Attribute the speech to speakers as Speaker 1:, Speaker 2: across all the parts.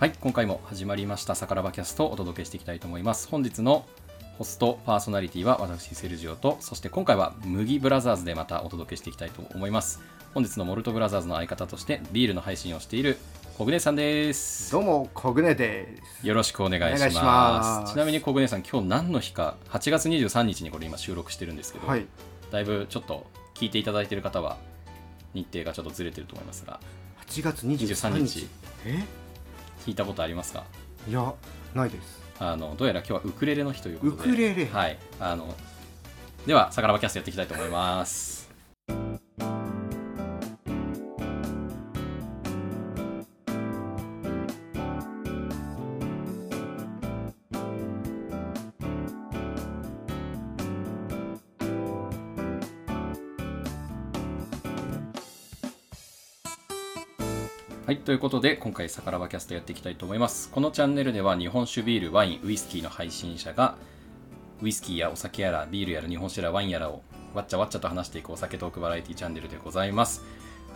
Speaker 1: はい、今回も始まりました、さからばキャストをお届けしていきたいと思います。本日のホストパーソナリティは私、セルジオと、そして今回は麦ブラザーズでまたお届けしていきたいと思います。本日のモルトブラザーズの相方として、ビールの配信をしているコグネさんです。
Speaker 2: どうも、コグネです。
Speaker 1: よろしくお願いします。
Speaker 2: お願いします
Speaker 1: ちなみにコグネさん、今日何の日か、8月23日にこれ今収録してるんですけど、
Speaker 2: はい、
Speaker 1: だいぶちょっと聞いていただいている方は、日程がちょっとずれてると思いますが、
Speaker 2: 8月23
Speaker 1: 23日
Speaker 2: 日。え
Speaker 1: 聞いたことありますか
Speaker 2: いや、ないです。
Speaker 1: あのどうやら今日はウクレレの日ということで
Speaker 2: ウクレレ
Speaker 1: はいあのではさからばキャストやっていきたいと思いますはい、ということで、今回、さからばキャストやっていきたいと思います。このチャンネルでは、日本酒、ビール、ワイン、ウイスキーの配信者が、ウイスキーやお酒やら、ビールやら、日本酒やら、ワインやらを、わっちゃわっちゃと話していくお酒トークバラエティチャンネルでございます。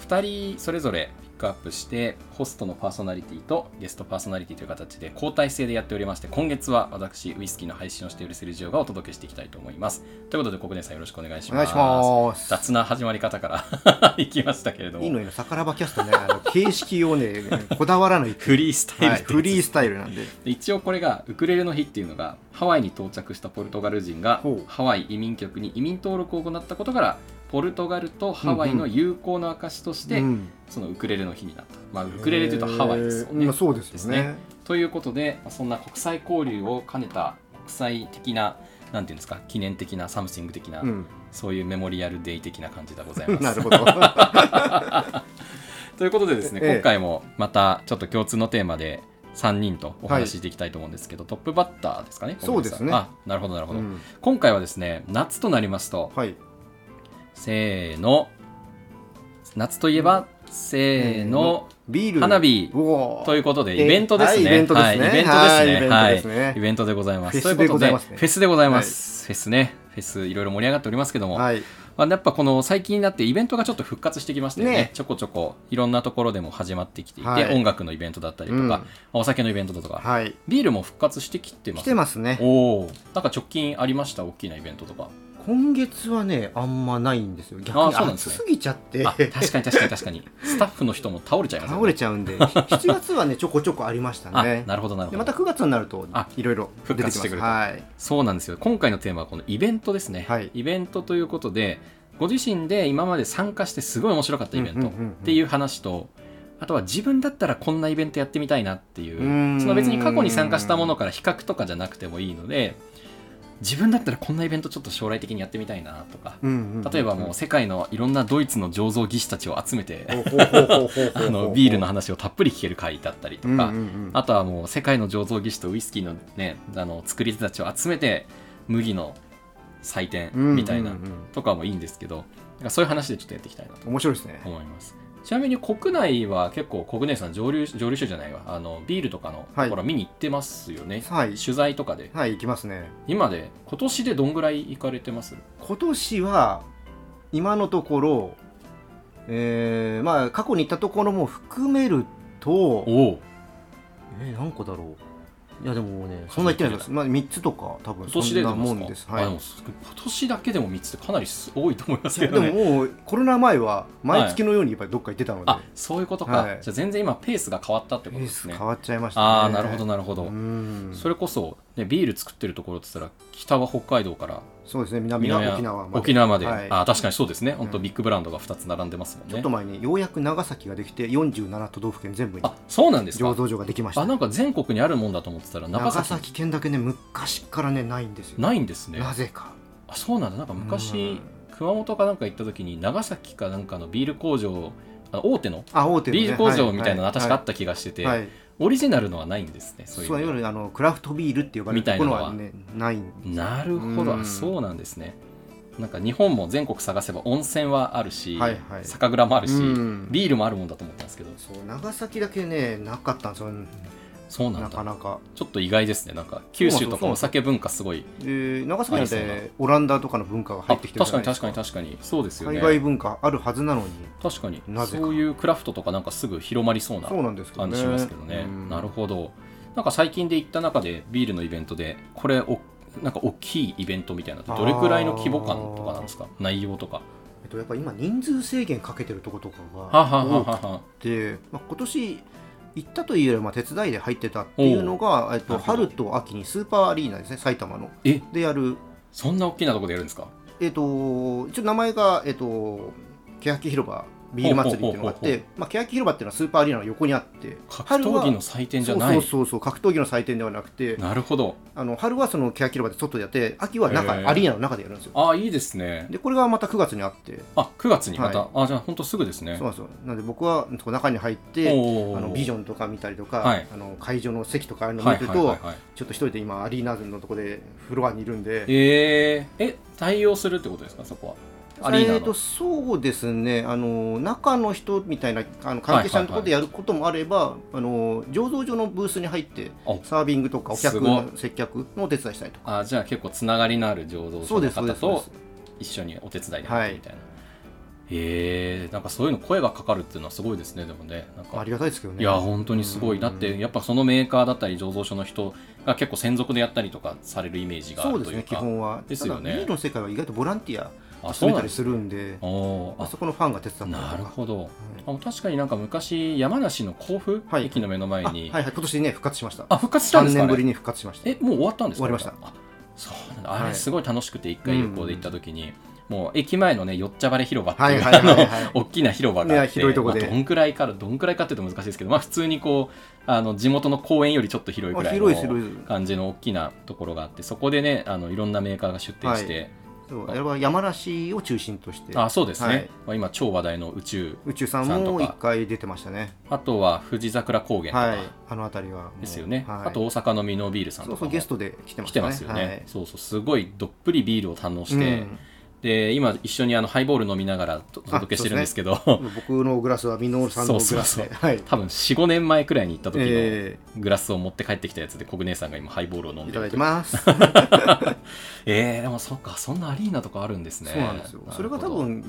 Speaker 1: 2人それぞれピックアップして、ホストのパーソナリティとゲストパーソナリティという形で交代制でやっておりまして、今月は私、ウイスキーの配信をしているセルジオがお届けしていきたいと思います。ということで、国根さんよろしくお願いし
Speaker 2: お
Speaker 1: ま
Speaker 2: 願
Speaker 1: す。
Speaker 2: いします。
Speaker 1: 雑な始まり方から いきましたけれども。
Speaker 2: いいのよ、さからばキャストね、あの 形式をね、こだわらない。
Speaker 1: フリースタイル
Speaker 2: は
Speaker 1: っ
Speaker 2: い、
Speaker 1: てやつ
Speaker 2: フリースタイルなんで。
Speaker 1: で一応これがウクレレの日っていうのがハワイに到着したポルトガル人が
Speaker 2: ほう
Speaker 1: ハワイ移民局に移民登録を行ったことからポルトガルとハワイの友好の証として、
Speaker 2: うん
Speaker 1: そのウクレレの日になった、まあ、ウクレレというとハワイですよ
Speaker 2: えー
Speaker 1: ね
Speaker 2: まあ。そうですよ
Speaker 1: です
Speaker 2: ね。
Speaker 1: ということでまあそんな国際交流を兼ねた国際的ななんていうんですか記念的なサムシング的な、
Speaker 2: うん、
Speaker 1: そういうメモリアルデイ的な感じでございます。
Speaker 2: なる ほど。
Speaker 1: ということでですね、
Speaker 2: ええ
Speaker 1: 今回もまたちょっと共通のテーマで3人とお話ししていきたいと思うんですけど、トップバッターですかね
Speaker 2: そうです
Speaker 1: 小栗
Speaker 2: ね
Speaker 1: さんあなるほどなるほど、
Speaker 2: うん
Speaker 1: 今回はですね夏となりますと
Speaker 2: はい、
Speaker 1: せーの夏といえばせーの、
Speaker 2: ビール。
Speaker 1: 花火
Speaker 2: おー
Speaker 1: ということで
Speaker 2: え
Speaker 1: イベントですね、
Speaker 2: はいイベントですね
Speaker 1: はいイベントですね
Speaker 2: はいイベントですね
Speaker 1: イベントでございます
Speaker 2: フェスでございますね
Speaker 1: とうことでフェスでございます、フェスねフェスいろいろ盛り上がっておりますけども、
Speaker 2: はい、
Speaker 1: まあ、やっぱこの最近になってイベントがちょっと復活してきましたよね
Speaker 2: ね
Speaker 1: ちょこちょこいろんなところでも始まってきていて、
Speaker 2: はい
Speaker 1: 音楽のイベントだったりとか、
Speaker 2: うん
Speaker 1: まあお酒のイベントだとか、
Speaker 2: はい、
Speaker 1: ビールも復活してきてま
Speaker 2: 来
Speaker 1: す
Speaker 2: てますね。
Speaker 1: おおなんか直近ありました大きなイベントとか
Speaker 2: 今月はね、あんまないんですよ。逆
Speaker 1: あー
Speaker 2: に
Speaker 1: そうなんです
Speaker 2: 暑
Speaker 1: ね
Speaker 2: すぎちゃって。
Speaker 1: あ確かに確かに確 かにスタッフの人も倒れちゃいますよ
Speaker 2: 倒れちゃうん で、7月はね、ちょこちょこありましたね
Speaker 1: あ。なるほどなるほど、
Speaker 2: でまた9月になると
Speaker 1: あ
Speaker 2: いろいろ出てき
Speaker 1: 復
Speaker 2: ま
Speaker 1: 活して
Speaker 2: す
Speaker 1: くると
Speaker 2: はい
Speaker 1: そうなんですよ今回のテーマはこのイベントですね、
Speaker 2: はい
Speaker 1: イベントということでご自身で今まで参加してすごい面白かったイベン
Speaker 2: うん
Speaker 1: ト
Speaker 2: う
Speaker 1: っ
Speaker 2: んうんうん
Speaker 1: ていう話とあとは自分だったらこんなイベントやってみたいなっていう
Speaker 2: うーん
Speaker 1: その別に過去に参加したものから比較とかじゃなくてもいいので自分だったらこんなイベントちょっと将来的にやってみたいなとか
Speaker 2: うんうんうん
Speaker 1: 例えばもう世界のいろんなドイツの醸造技師たちを集めてあのビールの話をたっぷり聞ける回だったりとか
Speaker 2: うんうんうん
Speaker 1: あとはもう世界の醸造技師とウイスキーのねあの作り手たちを集めて麦の祭典みたいな
Speaker 2: うんうんうん
Speaker 1: とかもいいんですけど、なんかそういう話でちょっとやっていきたいなと
Speaker 2: 面白いですね
Speaker 1: 思います。ちなみに国内は結構国内さん蒸留蒸留所じゃないわあのビールとかの
Speaker 2: はい
Speaker 1: ところ見に行ってますよね、
Speaker 2: はい
Speaker 1: 取材とかで
Speaker 2: はい行きますね
Speaker 1: 今で今年でどんぐらい行かれてます
Speaker 2: 今年は今のところえーまあ過去に行ったところも含めると
Speaker 1: おお
Speaker 2: えー何個だろういやでもねそんな行ってないです、まあ、3つとか多分
Speaker 1: 今
Speaker 2: そ
Speaker 1: 年で
Speaker 2: ん
Speaker 1: で
Speaker 2: な
Speaker 1: も
Speaker 2: も
Speaker 1: で
Speaker 2: ん
Speaker 1: すかあ
Speaker 2: ですはい
Speaker 1: でもす今年だけでも3つってかなりす多いと思いますけ
Speaker 2: で
Speaker 1: どね
Speaker 2: ももうコロナ前は毎月のようにやっぱりどっか行ってたので、
Speaker 1: あそういうことか、
Speaker 2: はい
Speaker 1: じゃあ全然今ペースが変わったって
Speaker 2: ペ
Speaker 1: ことで
Speaker 2: ー
Speaker 1: す
Speaker 2: ス
Speaker 1: ね
Speaker 2: 変わっちゃいましたね
Speaker 1: ああなるほどなるほど、
Speaker 2: うん
Speaker 1: それこそ、ね、ビール作ってるところって言ったら北は北海道から
Speaker 2: そうですね南が沖縄まで
Speaker 1: 沖縄まで、
Speaker 2: はい
Speaker 1: あー確かにそうですね本当
Speaker 2: うん
Speaker 1: ビッグブランドが2つ並んでますもんね
Speaker 2: ちょっと前にようやく長崎ができて47都道府県全部に
Speaker 1: あそうなんです
Speaker 2: 醸
Speaker 1: か
Speaker 2: 造所ができました
Speaker 1: あなんか全国にあるもんだと思ってたら長
Speaker 2: 長
Speaker 1: 崎
Speaker 2: 崎県だけね昔からねないんですよ
Speaker 1: ないんですね
Speaker 2: なぜか
Speaker 1: あそうなんだなんか昔
Speaker 2: うん
Speaker 1: 熊本かなんか行った時に長崎かなんかのビール工場あの大手の
Speaker 2: あ大手のね
Speaker 1: ビール工場みたいなのが
Speaker 2: は
Speaker 1: 確かあった気がしてて、
Speaker 2: はいはい
Speaker 1: オリジナルのはないんですね
Speaker 2: そ
Speaker 1: そううい
Speaker 2: いう
Speaker 1: の
Speaker 2: ういわゆるあのクラフトビールって呼ばれ
Speaker 1: みた
Speaker 2: る
Speaker 1: い
Speaker 2: も
Speaker 1: なの
Speaker 2: の
Speaker 1: は
Speaker 2: はねないんで
Speaker 1: なるほど、
Speaker 2: うん
Speaker 1: そうなんですねなんか日本も全国探せば温泉はあるし、
Speaker 2: はいはい
Speaker 1: 酒蔵もあるし、
Speaker 2: うん
Speaker 1: ビールもあるもんだと思ったんですけど
Speaker 2: そう長崎だけねなかったんですよ
Speaker 1: そうなん
Speaker 2: な
Speaker 1: だ
Speaker 2: かなか
Speaker 1: ちょっと意外ですねなんか九州とかお酒文化すごい
Speaker 2: で長崎なん
Speaker 1: ありそう
Speaker 2: てオランダとかの文化が
Speaker 1: あ
Speaker 2: 入ってき
Speaker 1: 確
Speaker 2: てるじゃ
Speaker 1: かに
Speaker 2: ないで
Speaker 1: 確
Speaker 2: す
Speaker 1: か
Speaker 2: か
Speaker 1: に確かにそうですよね
Speaker 2: 海外文化あるはずなのに
Speaker 1: 確かに
Speaker 2: なぜか
Speaker 1: そういうクラフトとかなんかすぐ広まりそうな
Speaker 2: そうなんですけど
Speaker 1: 感
Speaker 2: ね
Speaker 1: じしますけどね
Speaker 2: うん
Speaker 1: なるほどなんか最近で行った中でビールのイベントでこれおなんか大きいイベントみたいなのってどれくらいの規模感とかなんですか内容とか
Speaker 2: えっと、やっぱ今人数制限かけてるとことか
Speaker 1: は
Speaker 2: が
Speaker 1: はは
Speaker 2: 多く
Speaker 1: は
Speaker 2: て、まあ、今年行ったというよりはまあ手伝いで入ってたっていうのが、えっ
Speaker 1: な
Speaker 2: と、
Speaker 1: るほど
Speaker 2: 春と秋にスーパーアリーナですね埼玉の
Speaker 1: え
Speaker 2: でやる、
Speaker 1: そんな大きなとこでやるんですか
Speaker 2: えっと、ちょっと名前が、えっと、欅広場ビール祭りっていうのがあっ
Speaker 1: ほうほうほう
Speaker 2: て、まあ、欅広場っていうのはスーパーアリーナの横にあって
Speaker 1: 格闘技の祭典じゃない
Speaker 2: そうそうそうそう格闘技の祭典ではなくて
Speaker 1: なるほど
Speaker 2: あの春はその欅広場で外でやって秋は中、
Speaker 1: へー
Speaker 2: アリーナの中でやるんですよ
Speaker 1: ああいいですね
Speaker 2: でこれがまた9月にあって
Speaker 1: あ9月にまた、
Speaker 2: は
Speaker 1: あじゃあ本当すぐですね
Speaker 2: そうなんですよなので僕はその中に入って
Speaker 1: おー
Speaker 2: あのビジョンとか見たりとか、
Speaker 1: はい
Speaker 2: あの会場の席とかあるの
Speaker 1: はい
Speaker 2: 見
Speaker 1: は
Speaker 2: て
Speaker 1: い
Speaker 2: ると、
Speaker 1: はいはい
Speaker 2: ちょっと一人で今アリーナのとこでフロアにいるんで、
Speaker 1: えー、え対応するってことですかそこはアリーナの、
Speaker 2: えーとそうですねあの中の人みたいなあの関係者のところでやることもあれば、あの醸造所のブースに入って
Speaker 1: あ
Speaker 2: サービングとかお
Speaker 1: す
Speaker 2: 客
Speaker 1: ごい
Speaker 2: の接客のお手伝いしたりとか
Speaker 1: あじゃあ結構つながりのある醸造
Speaker 2: そ
Speaker 1: 所
Speaker 2: うで
Speaker 1: の
Speaker 2: すそうで
Speaker 1: 方
Speaker 2: すそうで
Speaker 1: と
Speaker 2: す
Speaker 1: 一緒にお手伝いになってみたいな、えー、なんかそういうの声がかかるっていうのはすごいですねでもねなん
Speaker 2: あ
Speaker 1: か
Speaker 2: りがたいですけどね
Speaker 1: いや本当にすごいだってやっぱそのメーカーだったり醸造所の人が結構専属でやったりとかされるイメージがあ
Speaker 2: そう
Speaker 1: る
Speaker 2: で
Speaker 1: と
Speaker 2: す
Speaker 1: いう
Speaker 2: ね
Speaker 1: か
Speaker 2: 基本は
Speaker 1: ですよね
Speaker 2: ただビールの世界は意外とボランティア
Speaker 1: あそう
Speaker 2: 集め
Speaker 1: な
Speaker 2: た
Speaker 1: んで
Speaker 2: り
Speaker 1: す
Speaker 2: するんで
Speaker 1: おー
Speaker 2: あ
Speaker 1: あ
Speaker 2: そこのファンが手伝ったりと
Speaker 1: な
Speaker 2: か
Speaker 1: るほど
Speaker 2: はい
Speaker 1: あ確かになんか昔山梨の甲府
Speaker 2: はい
Speaker 1: 駅の目の前に、
Speaker 2: あはいはい、今年ね、復活しました。
Speaker 1: あ復活したんですか、ね、
Speaker 2: 3年ぶりに復活しました。
Speaker 1: えもう終わったんですか
Speaker 2: 終わりました
Speaker 1: あそうなんだあ
Speaker 2: は
Speaker 1: れ
Speaker 2: い
Speaker 1: すごい楽しくて一回旅行で行った時に、もう駅前のねよっちゃばれ広場って
Speaker 2: はいいうはいは いはい
Speaker 1: あの大きな広場があっ
Speaker 2: ね
Speaker 1: て、
Speaker 2: 広いとこで
Speaker 1: まあどんくらいからどんくらいかっていうと難しいですけど、まあ、普通にこうあの地元の公園よりちょっと広い
Speaker 2: あ
Speaker 1: ぐらい
Speaker 2: 広いです、
Speaker 1: の
Speaker 2: 広いです
Speaker 1: 感じの大きなところがあってそこでねあのいろんなメーカーが出店して、
Speaker 2: そうあれは山梨を中心として、
Speaker 1: あそうですね、
Speaker 2: はい
Speaker 1: まあ、今超話題の宇宙
Speaker 2: 宇宙さん
Speaker 1: さんと
Speaker 2: も
Speaker 1: か
Speaker 2: 一回出てましたね。
Speaker 1: あとは富士桜高原とか、
Speaker 2: はい、あの辺りはもう。
Speaker 1: ですよね、
Speaker 2: はい
Speaker 1: あと大阪のミノビールさん
Speaker 2: そ
Speaker 1: と
Speaker 2: う
Speaker 1: か
Speaker 2: そう、
Speaker 1: も
Speaker 2: ゲストで来てま
Speaker 1: 来
Speaker 2: してたね。
Speaker 1: ますよね、
Speaker 2: はい
Speaker 1: そうそうすごいどっぷりビールを堪能して、
Speaker 2: うん
Speaker 1: で今一緒にあのハイボール飲みながらとお届けしてるんですけど
Speaker 2: 僕のグラスはミノールさんのグラス
Speaker 1: そう
Speaker 2: で。
Speaker 1: そ
Speaker 2: はい。
Speaker 1: 多分45年前くらいに行った時の
Speaker 2: え
Speaker 1: グラスを持って帰ってきたやつでコグネさんが今ハイボールを飲ん
Speaker 2: ーい
Speaker 1: で
Speaker 2: ただ
Speaker 1: る
Speaker 2: いてます。そう
Speaker 1: えー、でもそっかそんなアリーナとかあるんですね
Speaker 2: なんですよ。それが多
Speaker 1: なる
Speaker 2: 分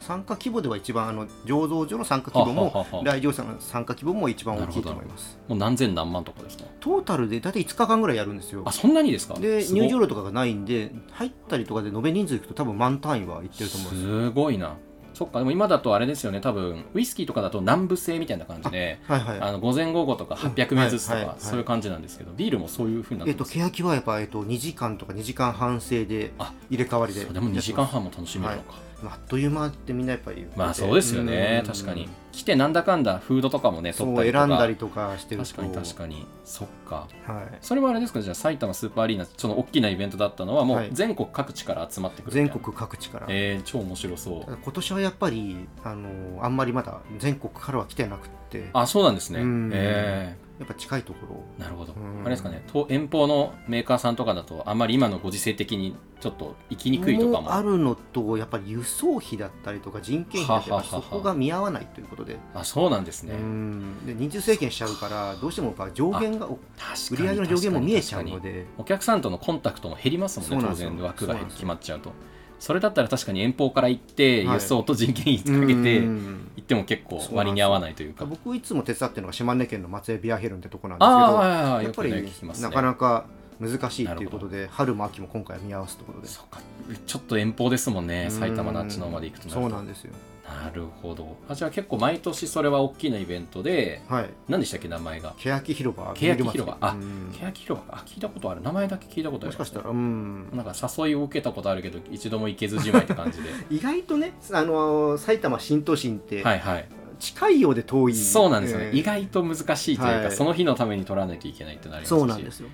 Speaker 2: 参加規模では一番あの醸造所の参加規模
Speaker 1: はははは
Speaker 2: も来場者の参加規模も一番大きいと思います。
Speaker 1: ほどもう何千何万とかですか
Speaker 2: トータルで大体5日間ぐらいやるんですよ
Speaker 1: あ。そんなにですか
Speaker 2: です
Speaker 1: ご
Speaker 2: 入場料とかがないんで入ったりとかで延べ人数いくと多分満単位はいってると思うんですよ
Speaker 1: すごいなそっかでも今だとあれですよね多分ウイスキーとかだと南部製みたいな感じで
Speaker 2: はいはい
Speaker 1: あの午前午後とか800名ずつと
Speaker 2: はいはい
Speaker 1: か
Speaker 2: はい
Speaker 1: そういう感じなんですけどビールもそういうふうになって
Speaker 2: えっと
Speaker 1: ます
Speaker 2: 欅はやっぱ、えっと、2時間とか2時間半制で
Speaker 1: あ
Speaker 2: 入れ替わりで
Speaker 1: そうでも2時間半も楽しめるのか
Speaker 2: まああっという間ってみんなやっぱり言ってて
Speaker 1: まあそうですよね
Speaker 2: うん
Speaker 1: 確かに来てなんだかんだフードとかもね
Speaker 2: そ
Speaker 1: 取ったりと
Speaker 2: う
Speaker 1: か
Speaker 2: 選んだりとかしてると
Speaker 1: 確かに確かにそっか
Speaker 2: はい、
Speaker 1: それはあれですかじゃあ埼玉スーパーアリーナその大きなイベントだったのはも
Speaker 2: は
Speaker 1: う
Speaker 2: い
Speaker 1: 全国各地から集まってくるみ
Speaker 2: 全
Speaker 1: たいな
Speaker 2: 国各地から、
Speaker 1: えー、超面白そう
Speaker 2: ただ今年はやっぱり、あのあんまりまだ全国からは来てなくってや
Speaker 1: あそうなんですね
Speaker 2: うん
Speaker 1: え
Speaker 2: っぱ近いところ
Speaker 1: ーなるほど
Speaker 2: うん
Speaker 1: あれですかねと遠方のメーカーさんとかだとあんまり今のご時世的にちょっと行きにくいとかも
Speaker 2: あるのとやっぱり輸送費だったりとか人件費だったりと
Speaker 1: は
Speaker 2: か
Speaker 1: はは
Speaker 2: そ
Speaker 1: は
Speaker 2: こが見合わないということで
Speaker 1: あそうなんですね
Speaker 2: うんで人数制限しちゃうからどうしてもやっぱ上限がお売
Speaker 1: 確か
Speaker 2: り
Speaker 1: に
Speaker 2: 上げの上限も見えちゃう
Speaker 1: 確かに
Speaker 2: ので
Speaker 1: お客さんとのコンタクトも減りますもん
Speaker 2: そう
Speaker 1: ね
Speaker 2: なん
Speaker 1: 当
Speaker 2: ですよ
Speaker 1: 然枠が
Speaker 2: そうなんですよ
Speaker 1: 決まっちゃうとそれだったら確かに遠方から行って
Speaker 2: はい
Speaker 1: 輸送と人件費かけて
Speaker 2: う
Speaker 1: 行
Speaker 2: ん
Speaker 1: っても結構割に合わないというか
Speaker 2: 僕いつも手伝ってるのが島根県の松江ビアヘルンってとこなんですけど
Speaker 1: ああはいはい
Speaker 2: や
Speaker 1: よ
Speaker 2: っぱ
Speaker 1: くね
Speaker 2: り、
Speaker 1: 聞きますね
Speaker 2: なかなか難しいっていうことで春も秋も今回は見合わすところで
Speaker 1: そっかちょっと遠方ですもんね
Speaker 2: うん
Speaker 1: 埼玉のあっちの方まで行くとな
Speaker 2: そう
Speaker 1: る
Speaker 2: なんですよ
Speaker 1: となるほどあじゃあ結構毎年それは大きなイベントで
Speaker 2: はい
Speaker 1: 何でしたっけ名前が
Speaker 2: 欅広場
Speaker 1: 欅広場
Speaker 2: ビール祭り
Speaker 1: あ
Speaker 2: うん
Speaker 1: 欅広場かあ聞いたことある名前だけ聞いたことあ
Speaker 2: も
Speaker 1: る
Speaker 2: しかしたらうん
Speaker 1: なんか誘いを受けたことあるけど一度も行けずじまいって 感じで
Speaker 2: 意外とねあの埼玉新都心って
Speaker 1: はいはい
Speaker 2: 近いようで遠い、
Speaker 1: そうなんですよね、
Speaker 2: えー
Speaker 1: 意外と難しいというか、
Speaker 2: はい
Speaker 1: その日のために取らなきゃいけないってなりますし
Speaker 2: そうなんですよ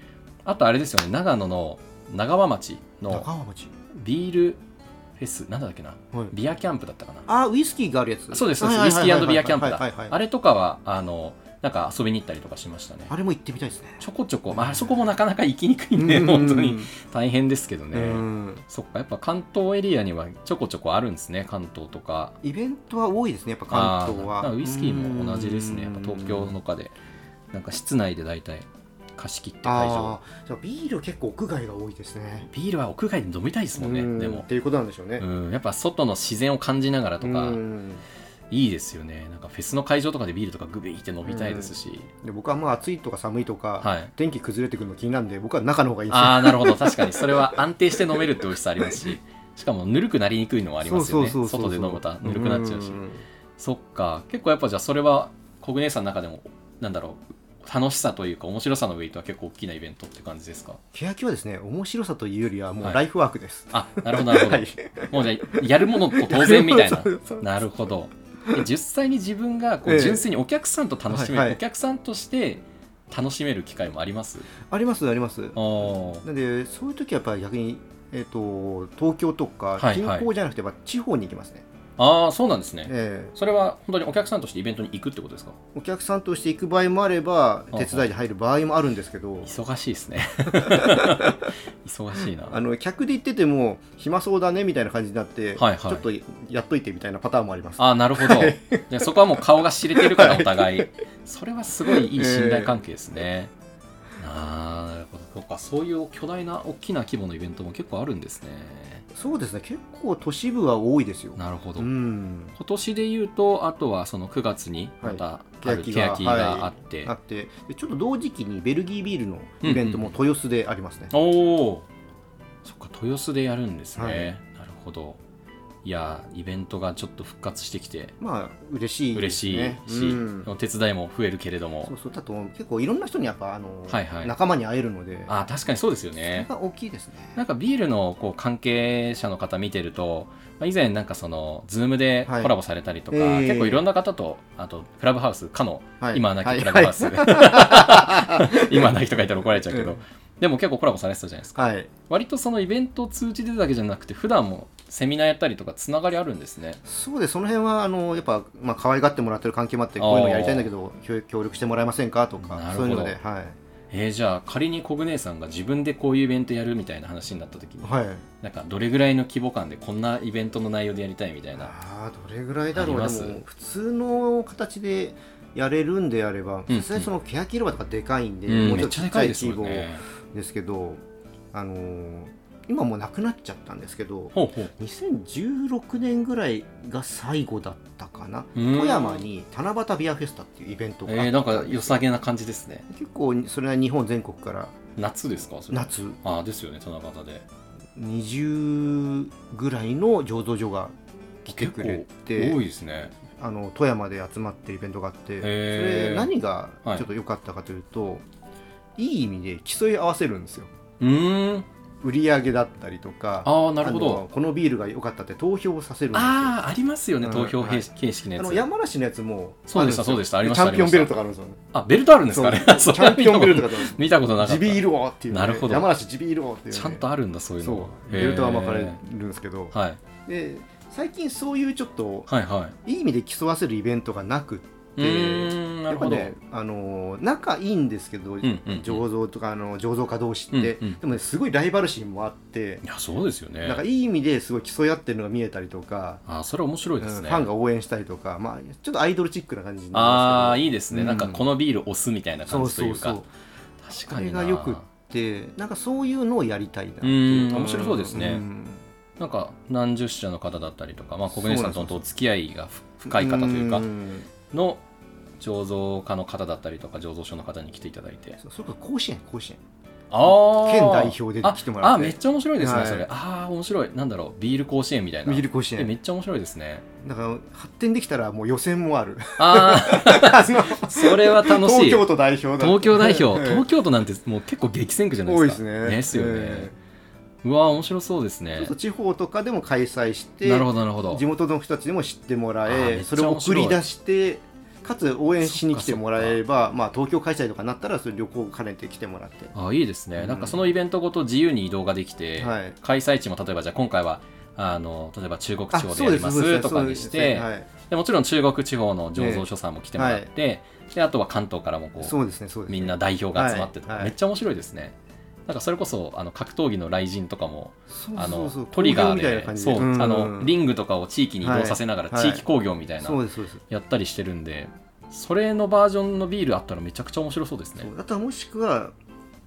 Speaker 1: あとあれですよね長野の長和町
Speaker 2: 高
Speaker 1: の
Speaker 2: 浜町、
Speaker 1: ビールフェスなんだっけな
Speaker 2: はい、
Speaker 1: ビアキャンプだったかな
Speaker 2: あウイスキーがあるやつ
Speaker 1: そうですそうですウ
Speaker 2: はい
Speaker 1: イ
Speaker 2: は
Speaker 1: ス
Speaker 2: い
Speaker 1: キ
Speaker 2: はい
Speaker 1: ー
Speaker 2: はい
Speaker 1: ビアキャンプだ
Speaker 2: はいはいはい
Speaker 1: あれとかはあのなんか遊びに行ったりとかしましたね
Speaker 2: あれも行ってみたいですね
Speaker 1: ちょこちょこ、まああそこもなかなか行きにくいんで、本当に大変ですけどね、
Speaker 2: うん
Speaker 1: そっかやっぱ関東エリアにはちょこちょこあるんですね関東とか
Speaker 2: イベントは多いですねやっぱ関東
Speaker 1: あー
Speaker 2: は
Speaker 1: ウイスキーも同じですねやっぱ東京
Speaker 2: うん
Speaker 1: とかでなんか室内で大体貸し切って会場
Speaker 2: ああじゃあビール結構屋外が多いですね
Speaker 1: ビールは屋外で飲みたいですもんね
Speaker 2: うん
Speaker 1: で
Speaker 2: っ
Speaker 1: も、
Speaker 2: ていうことなんでしょうね、
Speaker 1: うん、やっぱ外の自然を感じながらとか
Speaker 2: うん
Speaker 1: いいですよねなんかフェスの会場とかでビールとかグビーって飲みたいですし、
Speaker 2: で僕はまあ暑いとか寒いとか、
Speaker 1: はい
Speaker 2: 天気崩れてくるの気になるんで僕は中の方がいいんですよ
Speaker 1: ああなるほど確かにそれは安定して飲めるって美味しさありますししかもぬるくなりにくいのはありますよね
Speaker 2: そうそうそうそう
Speaker 1: 外で飲むとぬるくなっちゃうし
Speaker 2: ん
Speaker 1: そっか結構やっぱじゃあそれはコグネーさんの中でもなんだろう楽しさというか面白さのウェイトは結構大きなイベントって感じですか
Speaker 2: 欅はですね面白さというよりはも
Speaker 1: は
Speaker 2: う
Speaker 1: い
Speaker 2: ライフワークです、
Speaker 1: あなるほどなるほど、
Speaker 2: はい
Speaker 1: もうじゃあやるものと当然みたいな
Speaker 2: そうそう
Speaker 1: なるほどえ実際に自分がこう
Speaker 2: ええ
Speaker 1: 純粋にお客さんと楽しめる、
Speaker 2: はいは
Speaker 1: お
Speaker 2: い
Speaker 1: 客さんとして楽しめる機会もあります
Speaker 2: ありますあります
Speaker 1: あー
Speaker 2: なんでそういう時はやっぱり逆に、えっと東京とか
Speaker 1: はい
Speaker 2: 近
Speaker 1: はい
Speaker 2: 郊じゃなくてやっぱ地方に行きますね、
Speaker 1: あーそうなんですね
Speaker 2: え
Speaker 1: それは本当にお客さんとしてイベントに行くってことですか
Speaker 2: えお客さんとして行く場合もあれば
Speaker 1: あ
Speaker 2: 手伝いで入る場合もあるんですけど
Speaker 1: 忙しいです ね 忙しいな
Speaker 2: あの客で行ってても暇そうだねみたいな感じになって、
Speaker 1: はいはい
Speaker 2: ちょっとやっといてみたいなパターンもあります
Speaker 1: あーなるほ どじゃあそこはもう顔が知れてるからお互いそれはすごいいい信頼関係ですね、ああなるほどそうかそういう巨大な大きな規模のイベントも結構あるんですね
Speaker 2: そうですね結構都市部は多いですよ
Speaker 1: なるほど、
Speaker 2: うん
Speaker 1: 今年で言うとあとはその9月にまたあるケ
Speaker 2: 欅が
Speaker 1: ヤキがあって、
Speaker 2: あってでちょっと同時期にベルギービールのイベントも豊洲でありますね、
Speaker 1: おおそっか豊洲でやるんですね、
Speaker 2: はい
Speaker 1: なるほどいやーイベントがちょっと復活してきて
Speaker 2: まあ嬉しいで
Speaker 1: 嬉
Speaker 2: す
Speaker 1: しい
Speaker 2: ね
Speaker 1: し、
Speaker 2: うん
Speaker 1: お手伝いも増えるけれども
Speaker 2: そうそうだと結構いろんな人にやっぱあの、
Speaker 1: はいはい
Speaker 2: 仲間に会えるので
Speaker 1: あー確かにそうですよ
Speaker 2: それ
Speaker 1: ね
Speaker 2: が大きいですね
Speaker 1: なんかビールのこう関係者の方見てると、まあ、以前なんかその Zoom で
Speaker 2: はい
Speaker 1: コラボされたりとか、
Speaker 2: えー
Speaker 1: 結構いろんな方とあとクラブハウスかの
Speaker 2: はい
Speaker 1: 今はな
Speaker 2: は
Speaker 1: き
Speaker 2: い
Speaker 1: クラブハウ ス、今はなきとか言ったら怒られちゃうけど、
Speaker 2: うん
Speaker 1: でも結構コラボされてたじゃないですか
Speaker 2: はい、はい
Speaker 1: 割とそのイベントを通じてだけじゃなくて普段もセミナーやったりとかつながりあるんですね
Speaker 2: そうですその辺はあのやっぱ、まあ可愛がってもらってる関係もあってこういうのやりたいんだけど協協力してもらえませんかと
Speaker 1: な
Speaker 2: か
Speaker 1: るほ
Speaker 2: そ
Speaker 1: ど
Speaker 2: ういうので、は
Speaker 1: えー、じゃあ仮にコグネさんが自分でこういうイベントやるみたいな話になった時に
Speaker 2: いはい、
Speaker 1: なんかどれぐらいの規模感でこんなイベントの内容でやりたいみたいな
Speaker 2: あーどれぐらいだろ
Speaker 1: あり
Speaker 2: う
Speaker 1: ます
Speaker 2: でも普通の形でやれるんであれば
Speaker 1: うん
Speaker 2: 実際その欅色場とかでかいんで、
Speaker 1: うん
Speaker 2: もう
Speaker 1: め
Speaker 2: ち
Speaker 1: っ
Speaker 2: ょっと
Speaker 1: ち
Speaker 2: ち
Speaker 1: ゃ
Speaker 2: っ
Speaker 1: で
Speaker 2: ちゃ
Speaker 1: かい
Speaker 2: い
Speaker 1: です
Speaker 2: 規
Speaker 1: もん
Speaker 2: 模
Speaker 1: ね
Speaker 2: ですけどあのー今もうなくなっちゃったんですけど
Speaker 1: ほうほう
Speaker 2: 2016年ぐらいが最後だったかな
Speaker 1: うん
Speaker 2: 富山に七夕ビアフェスタっていうイベントがあった
Speaker 1: えー、なんか良さげな感じですね
Speaker 2: 結構それは日本全国から
Speaker 1: 夏ですかそれ
Speaker 2: 夏
Speaker 1: ああですよね七夕で
Speaker 2: 20ぐらいの醸造所が来て
Speaker 1: 結
Speaker 2: く
Speaker 1: 構
Speaker 2: れて
Speaker 1: 多いですね
Speaker 2: あの富山で集まってるイベントがあってそ
Speaker 1: へー
Speaker 2: れ何がちょ
Speaker 1: はい
Speaker 2: っと良かったかというと、い、い意味で競い合わせるんですよ
Speaker 1: うーん
Speaker 2: 売り上げだったりとか
Speaker 1: ああなるほ
Speaker 2: あ
Speaker 1: ど
Speaker 2: のこのビールが良かったって投票させるんですよ
Speaker 1: ああーありますよね
Speaker 2: うん
Speaker 1: 投票
Speaker 2: は
Speaker 1: 形
Speaker 2: い
Speaker 1: 式形式の
Speaker 2: あ
Speaker 1: や
Speaker 2: の
Speaker 1: つ
Speaker 2: 山梨のやつも
Speaker 1: そうでした
Speaker 2: あ
Speaker 1: そ
Speaker 2: るん
Speaker 1: う
Speaker 2: よ
Speaker 1: でしたありました
Speaker 2: チャンピオンベルトがあるんですよね
Speaker 1: あベルトあるんですかね
Speaker 2: そうチ
Speaker 1: それ
Speaker 2: ャ
Speaker 1: は
Speaker 2: ンピオンベ
Speaker 1: 見
Speaker 2: ルト
Speaker 1: たこ
Speaker 2: があるんです
Speaker 1: と見たことなか
Speaker 2: 地
Speaker 1: った
Speaker 2: ビール王っていう、ね、
Speaker 1: なるほど
Speaker 2: 山梨地ビール王っていう、ね、
Speaker 1: ちゃんとあるんだそういうの
Speaker 2: そうベルトが巻かれるんですけど、
Speaker 1: はい
Speaker 2: で最近そういうちょっと
Speaker 1: はいはい
Speaker 2: い意味で競わせるイベントがなくって
Speaker 1: い。うーんな
Speaker 2: や
Speaker 1: る
Speaker 2: っぱ
Speaker 1: ほど。
Speaker 2: ね、あのー仲いいんですけど、
Speaker 1: んうん
Speaker 2: 醸造とかあの醸造家同士って、
Speaker 1: うんうん
Speaker 2: でも、ね、すごいライバル心もあって
Speaker 1: い、やそうですよ
Speaker 2: なんか
Speaker 1: ね。
Speaker 2: いい意味ですごい競い合ってるのが見えたりとか、
Speaker 1: あそれ面白い
Speaker 2: うん
Speaker 1: です
Speaker 2: フ
Speaker 1: ね。
Speaker 2: ァンが応援したりとか、まあ、ちょっとアイドルチックな感じになり
Speaker 1: あ
Speaker 2: ま
Speaker 1: あ
Speaker 2: す
Speaker 1: いいですね。
Speaker 2: うん
Speaker 1: なんかこのビール押すみたいな
Speaker 2: けど
Speaker 1: 感じという
Speaker 2: そう
Speaker 1: か
Speaker 2: そう
Speaker 1: 確
Speaker 2: そうあ
Speaker 1: か
Speaker 2: れ
Speaker 1: にな。
Speaker 2: がよくってなんかそういうのをやりたいなって
Speaker 1: うん面白そうですね
Speaker 2: ん
Speaker 1: なんか何十社の方だったりとかまあ小林さんと
Speaker 2: そうなんです
Speaker 1: のお付き合いがふ深い方というか
Speaker 2: ん
Speaker 1: の醸造家の方だったりとか醸造所の方に来ていただいて。
Speaker 2: そうそれこそ甲子園甲子園
Speaker 1: ああ。
Speaker 2: 県代表で来てもらって
Speaker 1: ああめっちゃ面白いですね
Speaker 2: はい
Speaker 1: それ。ああ面白いなんだろうビール甲子園みたいな。
Speaker 2: ビール甲子
Speaker 1: えめ
Speaker 2: 園
Speaker 1: っちゃ面白いです ね。
Speaker 2: だから発展できたらもう予選もある
Speaker 1: あ
Speaker 2: あの
Speaker 1: あ それは楽しい。
Speaker 2: 東京都代表だ
Speaker 1: 東京代表
Speaker 2: ええ
Speaker 1: 東京都なんてもう結構激戦区じゃない
Speaker 2: 多
Speaker 1: で
Speaker 2: いですす
Speaker 1: か
Speaker 2: ね
Speaker 1: よね、
Speaker 2: え
Speaker 1: うわー面白そうです
Speaker 2: えち
Speaker 1: ね
Speaker 2: ょっと地方とかでも開催して
Speaker 1: なるほどなるほど
Speaker 2: 地元の人たちにも知ってもら
Speaker 1: あーめ
Speaker 2: え
Speaker 1: っちゃ
Speaker 2: それを送り出してかつ応援しに来てもらえば、まあ、東京開催とかになったらそれ旅行を兼ねて来てもらって、
Speaker 1: あいいですね、
Speaker 2: うん
Speaker 1: なんかそのイベントごと自由に移動ができて、
Speaker 2: はい
Speaker 1: 開催地も例えばじゃあ今回はあの例えば中国
Speaker 2: あ
Speaker 1: 地方で
Speaker 2: そ
Speaker 1: や
Speaker 2: うで
Speaker 1: り
Speaker 2: す
Speaker 1: ま
Speaker 2: そうです
Speaker 1: すとかにし
Speaker 2: そうで
Speaker 1: てで、
Speaker 2: すはい
Speaker 1: もちろん中国地方の醸造所さんも来てもらって、であとは関東からもこう
Speaker 2: そうですねそうですね
Speaker 1: みんな代表が集まってとか、
Speaker 2: はいは
Speaker 1: め
Speaker 2: い
Speaker 1: っちゃ面白いですねなんかそれこそあの格闘技の雷神とかも
Speaker 2: そう
Speaker 1: あ
Speaker 2: そう
Speaker 1: の
Speaker 2: そう
Speaker 1: トリガ
Speaker 2: 工業みたいな
Speaker 1: ーで
Speaker 2: 感じ
Speaker 1: そう、あのリ
Speaker 2: ン
Speaker 1: ングとかを地域に移動させながら、
Speaker 2: はい
Speaker 1: 地域工業みたいな、
Speaker 2: そうですそうです
Speaker 1: やったりしてるんでそれのバージョンのビールあったらめちゃくちゃ面白そうですね
Speaker 2: そうあとはもしくは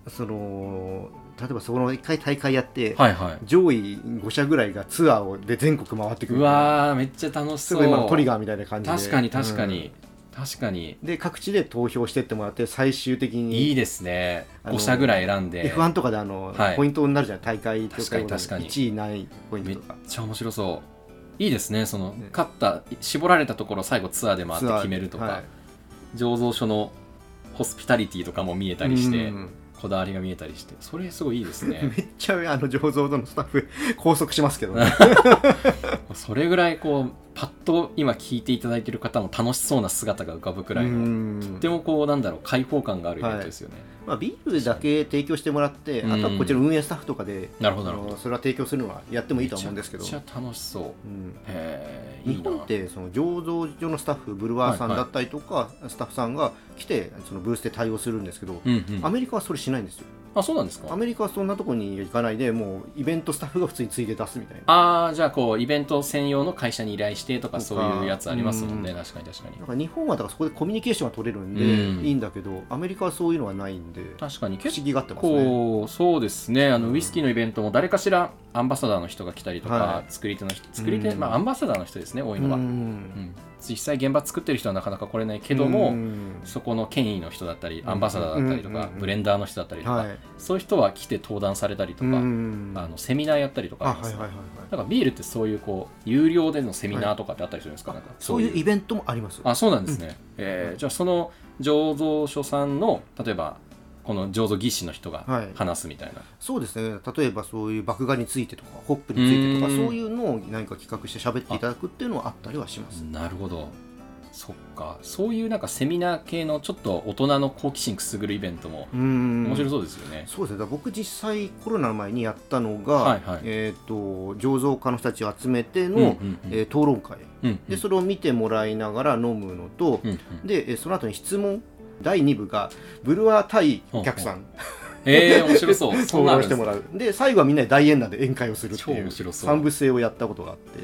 Speaker 2: その例えばその1回大会やって、
Speaker 1: はいはい
Speaker 2: 上位5社ぐらいがツアーをで全国回ってくる
Speaker 1: うわーめっちゃ楽し
Speaker 2: す
Speaker 1: そ
Speaker 2: ご
Speaker 1: う
Speaker 2: い今のトリガーみたいな感じで
Speaker 1: 確かに確かに、確かに
Speaker 2: うんで各地で投票してってもらって最終的
Speaker 1: いい
Speaker 2: に
Speaker 1: ですね
Speaker 2: あの
Speaker 1: 5社ぐらい選んで
Speaker 2: F1 とかであの、
Speaker 1: はい
Speaker 2: ポイントになるじゃない大会とか
Speaker 1: 確かに確かに
Speaker 2: 1位ないポイン
Speaker 1: め
Speaker 2: ト
Speaker 1: っ
Speaker 2: とか
Speaker 1: ちゃ面白そういいですねその
Speaker 2: ね
Speaker 1: 勝った絞られたところ最後ツアーで回って
Speaker 2: ツアー
Speaker 1: 決めるとか、
Speaker 2: はい
Speaker 1: 醸造所のホスピタリティとかも見えたりして、
Speaker 2: うん
Speaker 1: こだわりが見えたりしてそれすごいいいです
Speaker 2: め
Speaker 1: ね
Speaker 2: っちゃあの醸造所のスタッフ拘束しますけど ね
Speaker 1: それぐらいこうパッと今聞いていただいてる方も楽しそうな姿が浮かぶくらいの、
Speaker 2: うん
Speaker 1: とてもこうなんだろう開放感があるイベントですよね、
Speaker 2: まあ、ビールだけ提供してもらって、
Speaker 1: うん
Speaker 2: あとはこちら運営スタッフとかで、
Speaker 1: なるほどなるほど
Speaker 2: あのそれは提供するのはやってもいいとは思うんですけど、
Speaker 1: めちゃくちゃ楽しそう
Speaker 2: うん
Speaker 1: へえいい
Speaker 2: 日
Speaker 1: な
Speaker 2: 本ってその醸造所のスタッフブルワーさん
Speaker 1: はいは
Speaker 2: だ
Speaker 1: い
Speaker 2: ったりとか、スタッフさんが来てそのブースで対応するんですけど、
Speaker 1: うんうん
Speaker 2: アメリカはそれしないんですよ
Speaker 1: あそうなんです
Speaker 2: ア
Speaker 1: か
Speaker 2: メリカはそんなとこに行かないでもうイベントスタッフが普通についで出すみたいな
Speaker 1: ああじゃあこうイベント専用の会社に依頼してとか
Speaker 2: と
Speaker 1: そ
Speaker 2: か
Speaker 1: ういうやつありますもんね
Speaker 2: うん
Speaker 1: 確かに確かに
Speaker 2: なんか日本はだからそこでコミュニケーションが取れるんで
Speaker 1: うん
Speaker 2: いいんだけど、アメリカはそういうのはないんで
Speaker 1: 確かに
Speaker 2: 不
Speaker 1: 結
Speaker 2: 思議がってますね
Speaker 1: 構そうですねあの
Speaker 2: うん
Speaker 1: ウイスキーのイベントも誰かしらアンバサダーの人が来たりとか、
Speaker 2: は
Speaker 1: 作り手の人作り手、
Speaker 2: うん
Speaker 1: まあアンバサダーの人ですね多いのは、
Speaker 2: う
Speaker 1: うんん実際現場作ってる人はなかなか来れないけども、
Speaker 2: うん
Speaker 1: そこの権威の人だったり
Speaker 2: うん
Speaker 1: アンバサダーだったりとか、
Speaker 2: うんうん
Speaker 1: ブレンダーの人だったりとか、
Speaker 2: はい
Speaker 1: そういう人は来て登壇されたりとか、
Speaker 2: うん
Speaker 1: あのセミナーやったりとか
Speaker 2: あ
Speaker 1: あ
Speaker 2: は
Speaker 1: り
Speaker 2: い
Speaker 1: ますね
Speaker 2: はいはいはい
Speaker 1: だからビールってそういうこう有料でのセミナーとかってあったりするんですか,、なんか
Speaker 2: そういうイ
Speaker 1: ベン
Speaker 2: ベントもあります
Speaker 1: あそうなんですね、えーじゃあその醸造所さんの例えばこの醸造技師の人
Speaker 2: は
Speaker 1: が
Speaker 2: い
Speaker 1: 話すみたいな、
Speaker 2: そうですね例えばそういう麦芽についてとかホップについてとか
Speaker 1: う
Speaker 2: そ
Speaker 1: ん
Speaker 2: ういうのを何か企画して喋っていただくっていうのはあったりはします
Speaker 1: なるほどそっかそういうなんかセミナー系のちょっと大人の好奇心くすぐるイベントも
Speaker 2: うん
Speaker 1: 面白
Speaker 2: そ
Speaker 1: そ
Speaker 2: う
Speaker 1: うですよね、
Speaker 2: そうですねだから僕実際コロナの前にやったのが、
Speaker 1: はいはい
Speaker 2: えっ、と醸造家の人たちを集めての、
Speaker 1: うんうんうん
Speaker 2: えー討論会
Speaker 1: うんうん
Speaker 2: でそれを見てもらいながら飲むのと、
Speaker 1: うんうん
Speaker 2: でえーその後に質問第2部がブルワー対お客さん
Speaker 1: ええ面白 そう。そん
Speaker 2: 討
Speaker 1: なのあ
Speaker 2: 論
Speaker 1: る
Speaker 2: し
Speaker 1: ん
Speaker 2: て
Speaker 1: です
Speaker 2: も
Speaker 1: ね
Speaker 2: らうで最後はみんなで大演談で宴会をするって
Speaker 1: 超
Speaker 2: いう
Speaker 1: 面白そう。や
Speaker 2: 三
Speaker 1: っ
Speaker 2: 部制をやったことがあって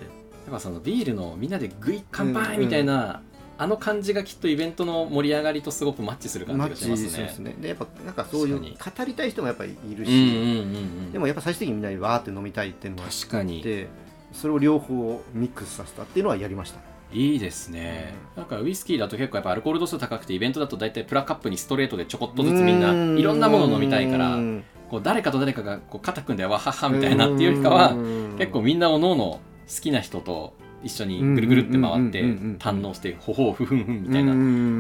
Speaker 1: ぱそのビールのみんなでグイ乾杯みたいな、あの感じがきっとイベントの盛り上がりとすごくマッチする感
Speaker 2: マ
Speaker 1: じ
Speaker 2: ッ
Speaker 1: が
Speaker 2: チ
Speaker 1: します
Speaker 2: しま
Speaker 1: ね
Speaker 2: す。ねでやっぱなんかそういう語
Speaker 1: 確
Speaker 2: りたい人もやっぱりい
Speaker 1: う
Speaker 2: る
Speaker 1: ん
Speaker 2: し、
Speaker 1: うんうんう
Speaker 2: で
Speaker 1: ん。
Speaker 2: もやっぱ最終的にみんなでわーって飲みたいっていうのがあっ
Speaker 1: 確かに
Speaker 2: てそれを両方ミックスさせたっていうのはやりました
Speaker 1: いいですね。なんかウイスキーだと結構やっぱアルコール度数高くてイベントだと大体プラカップにストレートでちょこっとずつみんないろんなもの飲みたいから
Speaker 2: うん
Speaker 1: こう誰かと誰かがこう肩組んでわははみたいなっていうよりかは
Speaker 2: うん
Speaker 1: 結構みんなおのおの好きな人と一緒にぐるぐるって回って
Speaker 2: うんうんうんうんうん
Speaker 1: 堪能してほほうふふんふんみたいな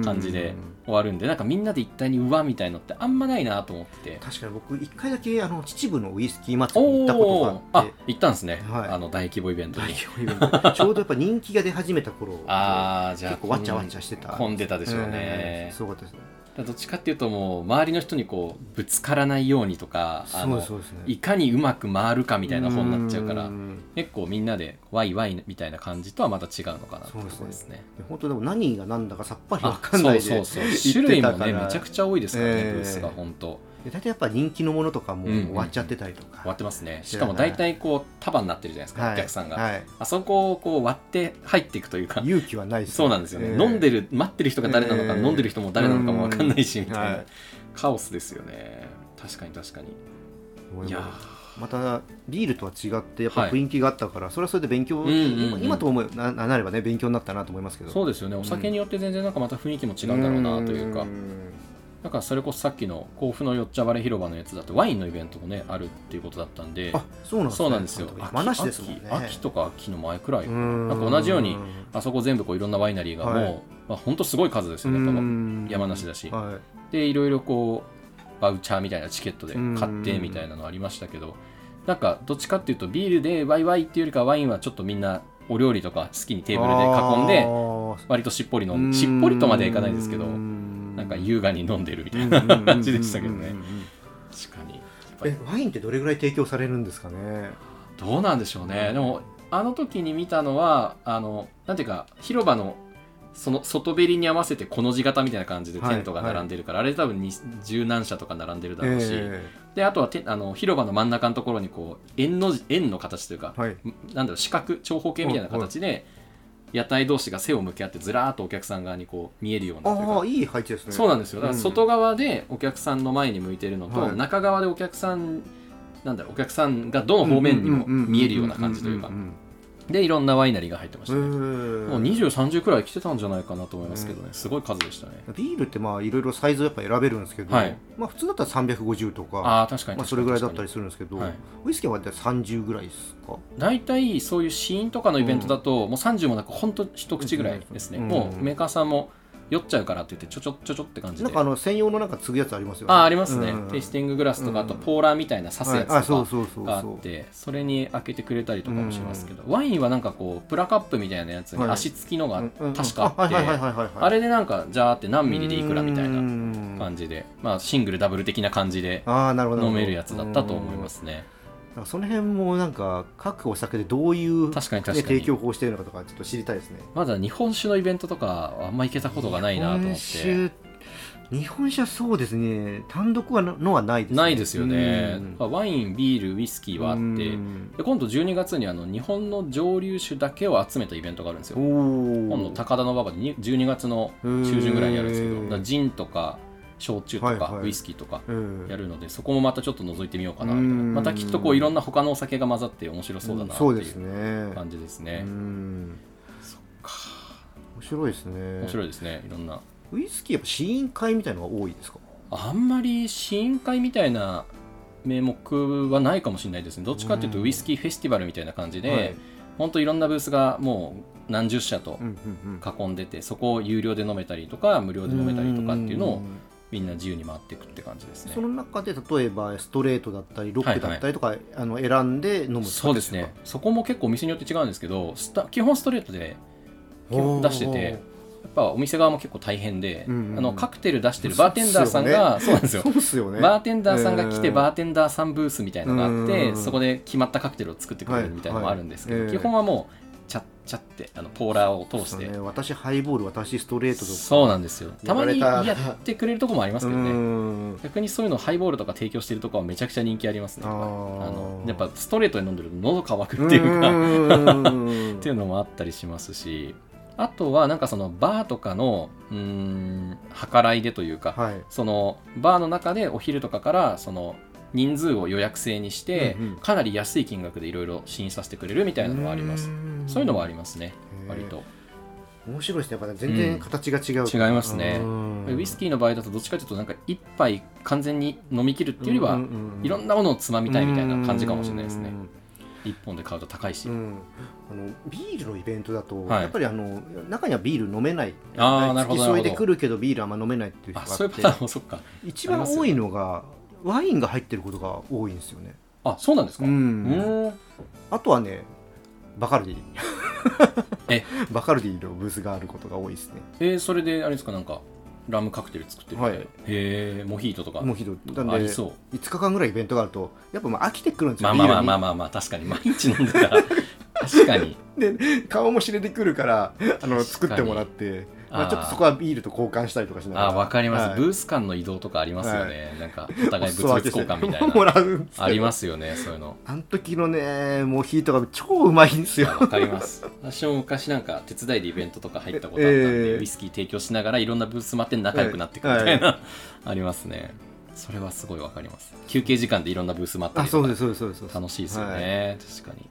Speaker 1: 感じで
Speaker 2: うん
Speaker 1: 終わるんでなんかみんなで一体にうわみたいのってあんまないなと思ってて
Speaker 2: 確かに僕一回だけあの秩父のウイスキー祭りに行
Speaker 1: お
Speaker 2: ったこ
Speaker 1: ー
Speaker 2: とがあっ
Speaker 1: あ
Speaker 2: て
Speaker 1: 行ったんですね、
Speaker 2: はい
Speaker 1: あの大規模イベント
Speaker 2: 大
Speaker 1: に
Speaker 2: 規模イベントちょうどやっぱ人気が出始めた頃
Speaker 1: ああじゃあ
Speaker 2: 結構わちゃわちゃしてた
Speaker 1: 混んでたでしょう
Speaker 2: うん
Speaker 1: ね、
Speaker 2: すごかったですね
Speaker 1: どっちかっていうともう周りの人にこうぶつからないようにとかあ
Speaker 2: そう
Speaker 1: の
Speaker 2: そうですね
Speaker 1: いかにうまく回るかみたいな本になっちゃうから
Speaker 2: ん
Speaker 1: 結構みんなでワイワイみたいな感じとはまた違うのかなってところですね
Speaker 2: 本当でも何が何だかさっぱりわ
Speaker 1: あ
Speaker 2: かんな
Speaker 1: そ
Speaker 2: いうで
Speaker 1: そうそう
Speaker 2: 行ってた
Speaker 1: 種類も
Speaker 2: か
Speaker 1: ね
Speaker 2: ら
Speaker 1: めちゃくちゃ多いですからね、
Speaker 2: ええ
Speaker 1: ブースが本当
Speaker 2: で大体やっぱ人気のものとかも
Speaker 1: うんうんうん
Speaker 2: 終わっちゃってたりとか、
Speaker 1: 割ってますねしかも大体こう束になってるじゃないですか、
Speaker 2: はい
Speaker 1: お客さんが、
Speaker 2: はい
Speaker 1: あそこをこう割って入っていくというか
Speaker 2: 勇気はないですね
Speaker 1: そうなんですよね、
Speaker 2: ええ
Speaker 1: 飲んでる待ってる人が誰なのか、
Speaker 2: ええ
Speaker 1: 飲んでる人も誰なのかも分かんないし、
Speaker 2: うん
Speaker 1: みたいな、
Speaker 2: はい
Speaker 1: カオスですよね確かに確かにいや
Speaker 2: またビールとは違ってやっぱ
Speaker 1: はい
Speaker 2: 雰囲気があったから、それはそれで勉強、
Speaker 1: うんうんうん
Speaker 2: 今今と思うななればね勉強になったなと思いますけ
Speaker 1: ー
Speaker 2: ど
Speaker 1: そううですよねお酒によって全然なんかまた雰囲気も違うんだろうなというか、
Speaker 2: ん
Speaker 1: なんかそれこそさっきの甲府のよっちゃばれ広場のやつだってワインのイベントもねあるっていうことだったんで
Speaker 2: あそうなんです
Speaker 1: そ
Speaker 2: ね
Speaker 1: うなんですよ
Speaker 2: 山梨ですもんね
Speaker 1: 秋秋とか秋の前くらい、
Speaker 2: うん
Speaker 1: なんか同じようにあそこ全部こういろんなワイナリーがもう、
Speaker 2: はい
Speaker 1: まあ、ほんとすごい数ですよねやっぱ
Speaker 2: うん
Speaker 1: 山梨だし
Speaker 2: は
Speaker 1: でいろいろこうバウチャーみたいなチケットで買ってみたいなのありましたけどなんかどっちかっていうとビールでワイワイっていうよりかワインはちょっとみんなお料理とか好きに
Speaker 2: い
Speaker 1: テーブルで囲んで
Speaker 2: あ
Speaker 1: 割としっぽり飲
Speaker 2: ー
Speaker 1: んでしっぽりとまではいかないですけど
Speaker 2: うん
Speaker 1: なんか優雅に飲んでるみたい
Speaker 2: うんうんうんうん
Speaker 1: な
Speaker 2: うん
Speaker 1: 感じでしたけどね確かに
Speaker 2: えワインってどれぐらい提供されるんですかね
Speaker 1: どうなんでしょうねでもあの時に見たのはあのなんていうか広場のその外べりに合わせてこの字型みたいな感じでテントが並んでるから、あれ多分に十何社とか並んでるだろうし、
Speaker 2: え
Speaker 1: であとはてあの広場の真ん中のところにこう円の字円の形というか、
Speaker 2: えはい
Speaker 1: なんだろう四角長方形みたいな形で、屋台同士が背を向け合ってずらーっとお客さん側にこう見えるようなという
Speaker 2: ああ
Speaker 1: か
Speaker 2: いい配置ですね
Speaker 1: そうなんですよだから外
Speaker 2: 側
Speaker 1: 側でお客さんの前に向いてるのと、
Speaker 2: はい
Speaker 1: 中側でお客さんなんだろうお客さんがどの方面にも見えるような感じというかでいろんなワイナリーが入ってましたねもう
Speaker 2: ビ
Speaker 1: 2030くらい来てたんじゃないかなと思いますけどね、すごい数でしたね。
Speaker 2: ールってまあいろいろサイズやっぱ選べるんですけど、
Speaker 1: はい
Speaker 2: まあ普通だったら350とか
Speaker 1: ああ、確かに確かに。
Speaker 2: まあ、それぐらいだったり
Speaker 1: り。
Speaker 2: するんですけど、
Speaker 1: はい
Speaker 2: ウイスキーは大体30ぐらいですか
Speaker 1: 大体そういう試飲とかのイベントだと、もう30もなく、ほんと一口ぐらいですね、
Speaker 2: うん
Speaker 1: もうメーカーさんも酔っちゃうからって言って、ちょちょちょちょって感じ
Speaker 2: な
Speaker 1: で。
Speaker 2: んかあ
Speaker 1: あ
Speaker 2: の専用のなんか継ぐやつありますよね
Speaker 1: あー、ありますね、
Speaker 2: うん
Speaker 1: テイスティンググラスとか、
Speaker 2: う
Speaker 1: あ
Speaker 2: ん
Speaker 1: とポーラーみたいな刺すや
Speaker 2: はいあ
Speaker 1: つ
Speaker 2: そ
Speaker 1: と
Speaker 2: う
Speaker 1: か。
Speaker 2: そうそう
Speaker 1: があ
Speaker 2: そ
Speaker 1: っ
Speaker 2: う
Speaker 1: てそれに開けてくれたりとかもしますけど、ワインはなんかこうプラカップみたいなやつに
Speaker 2: はい
Speaker 1: 足つきのが
Speaker 2: うんうんうん
Speaker 1: 確かあって、
Speaker 2: はいはいはいはいはい
Speaker 1: あれでなんかじゃーって何ミリでいくらみたいな
Speaker 2: な
Speaker 1: 感じで、まあ、シングルダブル的な感じで
Speaker 2: ああなるほどなる
Speaker 1: 飲
Speaker 2: ほ
Speaker 1: め
Speaker 2: ど
Speaker 1: るやつだったと思いますね。
Speaker 2: うんなんかその辺もなんか各お酒でどういう、ね、
Speaker 1: 確かに確か
Speaker 2: 提
Speaker 1: に
Speaker 2: 供。法をしてるのかとかちょっと知りたいですね
Speaker 1: まだ日本酒のイベントとかあんま行けたことがないなと思って。
Speaker 2: 日本酒日本酒はそうですね単独はのはないですね
Speaker 1: ないですよね
Speaker 2: う。ん
Speaker 1: まあワイン、ビール、ウイスキーはあって
Speaker 2: う。ん
Speaker 1: で今度12月にあの日本の蒸留酒だけを集めたイベントがあるんです
Speaker 2: お
Speaker 1: よ。
Speaker 2: ー
Speaker 1: 今度高田馬場でに12月の中旬ぐらいにやるんですけど、
Speaker 2: へー
Speaker 1: だからジンとか焼酎と
Speaker 2: はい
Speaker 1: か
Speaker 2: はい
Speaker 1: ウイスキーとか
Speaker 2: うん
Speaker 1: やるので、そこもまたちょっと覗いてみようかなみたいな。
Speaker 2: うん
Speaker 1: またきっとこういろんな他のお酒が混ざって面白そうだなって
Speaker 2: そうで
Speaker 1: い
Speaker 2: す
Speaker 1: う
Speaker 2: ね
Speaker 1: 感じです
Speaker 2: う
Speaker 1: ね。
Speaker 2: ん
Speaker 1: そっか。
Speaker 2: 面白いですね
Speaker 1: 面白いですね。いろんな。
Speaker 2: ウイスキーやっぱ試飲会みたいのが多いですか
Speaker 1: あんまり試飲会みたいな名目はないかもしれないですねどっちかっていうと
Speaker 2: うん
Speaker 1: ウイスキーフェスティバルみたいな感じで、
Speaker 2: はい
Speaker 1: ほんといろんなブースがもう何十社と
Speaker 2: うんうんうん
Speaker 1: 囲んでてそこを有料で飲めたりとか無料で飲めたりとかっていうの
Speaker 2: う
Speaker 1: を
Speaker 2: ん
Speaker 1: みんな自由に回っていくって感じですね
Speaker 2: その中で例えばストレートだったりロックだったりとか、あの選んで飲む
Speaker 1: そうですねそこも結構お店によって違うんですけどスタ基本ストレートで基本出しててやっぱお店側も結構大変で、
Speaker 2: うんうん
Speaker 1: あのカクテル出してるバーテンダーさんがそう,、なんですよ
Speaker 2: そうっすよね
Speaker 1: バーテンダーさんが来て
Speaker 2: うん
Speaker 1: バーテンダーさんブースみたいなのがあっ
Speaker 2: う
Speaker 1: て
Speaker 2: ん
Speaker 1: そこで決まったカクテルを作ってくれるみたいなのもあるんですけ
Speaker 2: はい
Speaker 1: ど
Speaker 2: はい
Speaker 1: 基本はもうちゃっちゃってあのポーラーを通し
Speaker 2: そうね
Speaker 1: て
Speaker 2: 私ハイボール私ストレートとか
Speaker 1: そうなんですよたまに
Speaker 2: 言われた
Speaker 1: やってくれるとこもありますけど
Speaker 2: う
Speaker 1: ね
Speaker 2: ん
Speaker 1: 逆にそういうのハイボールとか提供してるとこはめちゃくちゃ人気ありますね
Speaker 2: あ
Speaker 1: あ
Speaker 2: ー
Speaker 1: のやっぱストレートに飲んでると喉乾くっていうか
Speaker 2: うん
Speaker 1: っていうのもあったりしますしあとはなんかそのバーとかのうーん計らいでというか
Speaker 2: はい
Speaker 1: そのバーの中でお昼とかからその人数を予約制にして、
Speaker 2: うんうん
Speaker 1: かなり安い金額でいろいろ試飲させてくれるみたいなのはあります
Speaker 2: ん
Speaker 1: そういうのはありますね
Speaker 2: へー
Speaker 1: 割と
Speaker 2: 面白いですねやっぱね全然形が違う、
Speaker 1: 違いますね
Speaker 2: うん
Speaker 1: ウイスキーの場合だとどっちかというとなんか一杯完全に飲み切るっていうよりは、
Speaker 2: うんうんうん
Speaker 1: いろんなものをつまみたいみたいな感じかもしれないですね
Speaker 2: うん
Speaker 1: 一本で買うと高いし、
Speaker 2: うん、あのビールのイベントだと、
Speaker 1: はい
Speaker 2: やっぱりあの中にはビール飲めない
Speaker 1: あーなるほど
Speaker 2: 付き添い
Speaker 1: なる
Speaker 2: で
Speaker 1: ほど
Speaker 2: 来るけどビールあんま飲めないっていう人
Speaker 1: あ
Speaker 2: が
Speaker 1: そういうパタ
Speaker 2: あっ
Speaker 1: ーンもそっか
Speaker 2: て一番多いのがワインが入ってることが多いんですよね、
Speaker 1: あそうなんですか、
Speaker 2: うん
Speaker 1: うーん
Speaker 2: あとはねバカルディ
Speaker 1: え
Speaker 2: バカルディのブースがあることが多いですね
Speaker 1: えーそれであれですかなんかラムカクテル作ってるみたいな、
Speaker 2: はい
Speaker 1: へえモヒートとか
Speaker 2: もうひどいなん
Speaker 1: あり
Speaker 2: で
Speaker 1: そう
Speaker 2: 5日間ぐらいイベントがあるとやっぱまあ飽きてくるんです
Speaker 1: ま
Speaker 2: よ、
Speaker 1: あまあま
Speaker 2: ビール
Speaker 1: あ
Speaker 2: に
Speaker 1: まあまあまあ確かに毎日飲んでたら確かに
Speaker 2: で顔も知れてく るからあ
Speaker 1: 確か
Speaker 2: の
Speaker 1: に
Speaker 2: 作ってもらってまあ、
Speaker 1: あー
Speaker 2: ちょっとそこはビールと交換したりとかしながら
Speaker 1: あわかります、
Speaker 2: はい
Speaker 1: ブース間の移動とかありますよね、なんかお互い物々
Speaker 2: お裾分けして
Speaker 1: 交換みたい
Speaker 2: も
Speaker 1: な
Speaker 2: らうんですけど
Speaker 1: ありますよねそういうの
Speaker 2: あの時のねモヒートが超うまいんで すよ
Speaker 1: あわかります私も昔なんか手伝いでイベントとか入ったことあったんで、
Speaker 2: ええ
Speaker 1: ウイスキー提供しながらいろんなブース待って仲良くなっていくみたいな、ありますねそれはすごいわかります休憩時間でいろんなブース待った
Speaker 2: あ
Speaker 1: りと
Speaker 2: そう
Speaker 1: か
Speaker 2: ですそうですそうですそうです
Speaker 1: 楽しいですよね、確かに